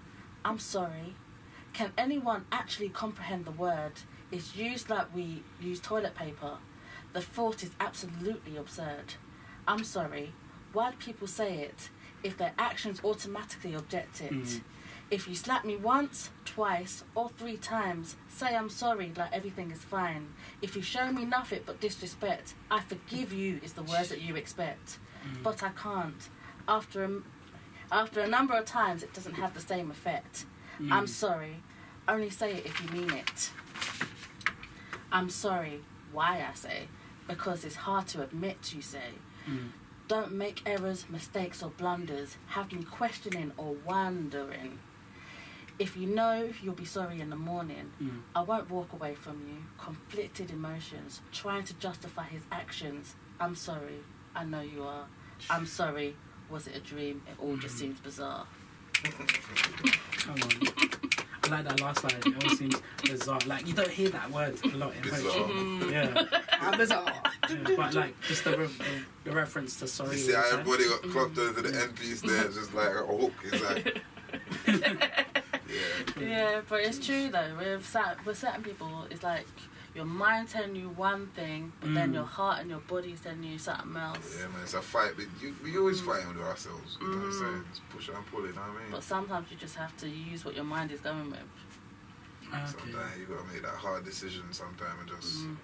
Speaker 3: I'm sorry. Can anyone actually comprehend the word? It's used like we use toilet paper. The thought is absolutely absurd. I'm sorry. Why do people say it if their actions automatically object it? If you slap me once, twice, or three times, say I'm sorry, like everything is fine. If you show me nothing but disrespect, I forgive you is the words that you expect. But I can't. After a, m- after a number of times, it doesn't have the same effect. I'm sorry. Only say it if you mean it. I'm sorry. Why I say? Because it's hard to admit, you say. Don't make errors, mistakes, or blunders. Have me questioning or wondering. If you know you'll be sorry in the morning,
Speaker 4: Mm.
Speaker 3: I won't walk away from you. Conflicted emotions, trying to justify his actions. I'm sorry. I know you are. I'm sorry. Was it a dream? It all just seems bizarre.
Speaker 4: Come on. I like that last line. It all seems bizarre. Like you don't hear that word a lot in
Speaker 5: Bizarre.
Speaker 4: poetry. Yeah.
Speaker 2: How bizarre.
Speaker 4: yeah, but like just the, re- the reference to sorry.
Speaker 5: um, You see
Speaker 4: all
Speaker 5: how
Speaker 4: the time.
Speaker 5: everybody got clocked onto the end piece there, just like a hook. It's like, yeah.
Speaker 3: Yeah, but it's true though. With certain, with certain people, it's like your mind telling you one thing, but then
Speaker 4: Mm.
Speaker 3: your heart and your body is telling you something else.
Speaker 5: Yeah, man, it's a fight. But you, we always fighting with ourselves. You know
Speaker 4: Mm.
Speaker 5: what I'm saying? It's push and pull, you know what I mean?
Speaker 3: But sometimes you just have to use what your mind is going with.
Speaker 4: Ah, Okay.
Speaker 5: Sometimes you gotta make that hard decision sometime and just
Speaker 3: Mm.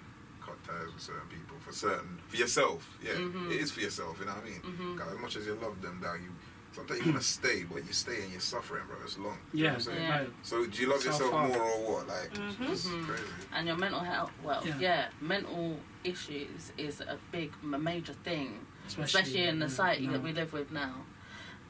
Speaker 5: cut ties with certain people for certain for yourself. Yeah,
Speaker 4: Mm-hmm.
Speaker 3: Mhm.
Speaker 5: it is for yourself. You know what I mean?
Speaker 3: Mhm.
Speaker 5: God, as much as you love them, now you sometimes you wanna stay, but you stay and you're suffering, bro. It's long. You know
Speaker 4: Yeah.
Speaker 5: what I'm saying?
Speaker 3: Yeah.
Speaker 4: no.
Speaker 5: So do you love
Speaker 4: So
Speaker 5: yourself
Speaker 4: far.
Speaker 5: more or what? Like, it's
Speaker 3: Mhm.
Speaker 5: crazy.
Speaker 3: And your mental health, well,
Speaker 4: Yeah.
Speaker 3: yeah, mental issues is a big, a major thing,
Speaker 4: Especially,
Speaker 3: especially in the
Speaker 4: yeah,
Speaker 3: society
Speaker 4: no.
Speaker 3: that we live with now.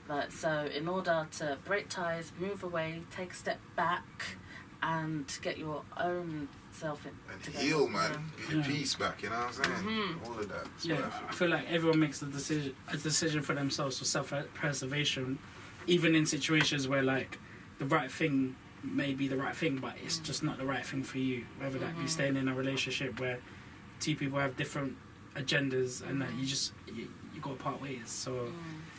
Speaker 3: Like, so in order to break ties, move away, take a step back, and get your own self in,
Speaker 5: And
Speaker 3: together.
Speaker 5: heal, man. Get your
Speaker 4: Yeah.
Speaker 5: peace back. You know what I'm saying?
Speaker 3: Mhm.
Speaker 5: All of that. It's
Speaker 4: Yeah,
Speaker 5: worth
Speaker 4: I
Speaker 5: it.
Speaker 4: feel like everyone makes a decision a decision for themselves for self preservation, even in situations where like the right thing may be the right thing, but it's just not the right thing for you. Whether that
Speaker 2: Mm-hmm.
Speaker 4: be staying in a relationship where two people have different agendas and
Speaker 2: Mm-hmm.
Speaker 4: that you just you, you got to part ways. So
Speaker 2: Mm.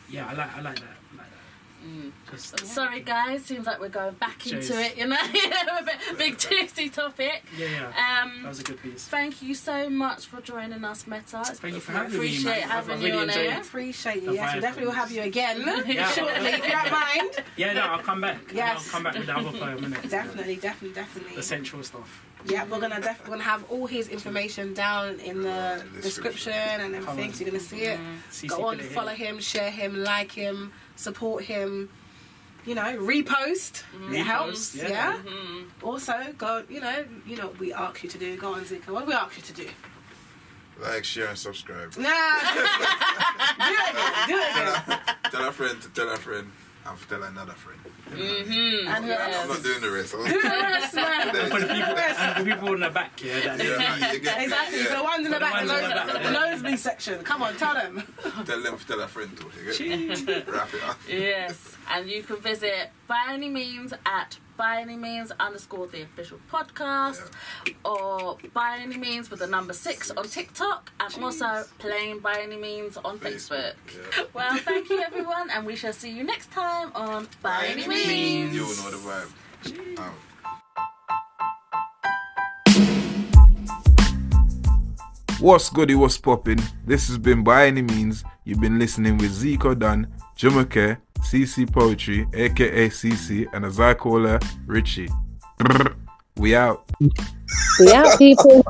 Speaker 4: yeah, I like I like that. I like that.
Speaker 3: Yeah. Mm.
Speaker 4: Just,
Speaker 3: Sorry, guys. Seems like we're going back into
Speaker 4: Jeez.
Speaker 3: it, you know. a bit- big juicy topic.
Speaker 4: yeah, yeah. that
Speaker 3: Um,
Speaker 4: was a good piece.
Speaker 3: thank you so much for joining us, Meta. It's
Speaker 4: Thank you for
Speaker 3: been-
Speaker 4: having me,
Speaker 3: appreciate
Speaker 4: man. I've
Speaker 3: having
Speaker 4: really
Speaker 3: you on
Speaker 4: enjoyed
Speaker 3: air.
Speaker 4: it.
Speaker 2: Appreciate you.
Speaker 4: The
Speaker 2: Yes, we
Speaker 4: vibe.
Speaker 2: definitely will have you again
Speaker 4: Yeah.
Speaker 2: shortly if you don't mind.
Speaker 4: Yeah, no, I'll come back.
Speaker 2: Yes.
Speaker 4: I'll come back with the other poem, innit?
Speaker 2: Definitely, definitely, definitely.
Speaker 4: The sensual stuff.
Speaker 2: Yeah, we're gonna def- we're gonna have all his information down Uh, in the
Speaker 5: Description.
Speaker 2: description and
Speaker 4: Come on.
Speaker 2: everything. So you're gonna see it.
Speaker 4: CC
Speaker 2: Go on,
Speaker 4: put it here.
Speaker 2: follow him, share him, like him, support him. You know, repost.
Speaker 4: Mm-hmm. Repost,
Speaker 2: It helps.
Speaker 4: yeah. Mm-hmm.
Speaker 2: Yeah. Also, go. You know, you know what we ask you to do. Go on, Zika. What do we ask you to do?
Speaker 5: Like, share, and subscribe.
Speaker 2: Nah. do it again. Do it again.
Speaker 5: tell a friend to tell a friend and to tell another friend.
Speaker 3: Mhm. And who
Speaker 5: I'm
Speaker 3: else?
Speaker 5: not doing the rest. I'm-
Speaker 2: Do the rest, man.
Speaker 4: For the people, for the people in the back, yeah. That
Speaker 5: Yeah, like, you get-
Speaker 2: Exactly.
Speaker 5: yeah,
Speaker 2: The ones in the
Speaker 4: The
Speaker 2: back,
Speaker 4: ones in the
Speaker 2: the,
Speaker 4: back,
Speaker 2: the
Speaker 4: yeah.
Speaker 2: nosebleed section. Come on, tell them.
Speaker 5: Tell them to tell a friend to. You get-
Speaker 4: Cheers.
Speaker 5: Wrap it up.
Speaker 3: Yes, and you can visit by any means at by any means underscore the official podcast or by any means with the number six on TikTok and also plain by any means on Facebook.
Speaker 5: Yeah.
Speaker 3: Well, thank you everyone, and we shall see you next time on By Any Means.
Speaker 5: You know the vibe. Out.
Speaker 1: What's goody, what's poppin'? This has been By Any Means. You've been listening with Zico Dan, Jumake, CC Poetry, aka CC, and as I call her, Richie. We out.
Speaker 6: We out, people.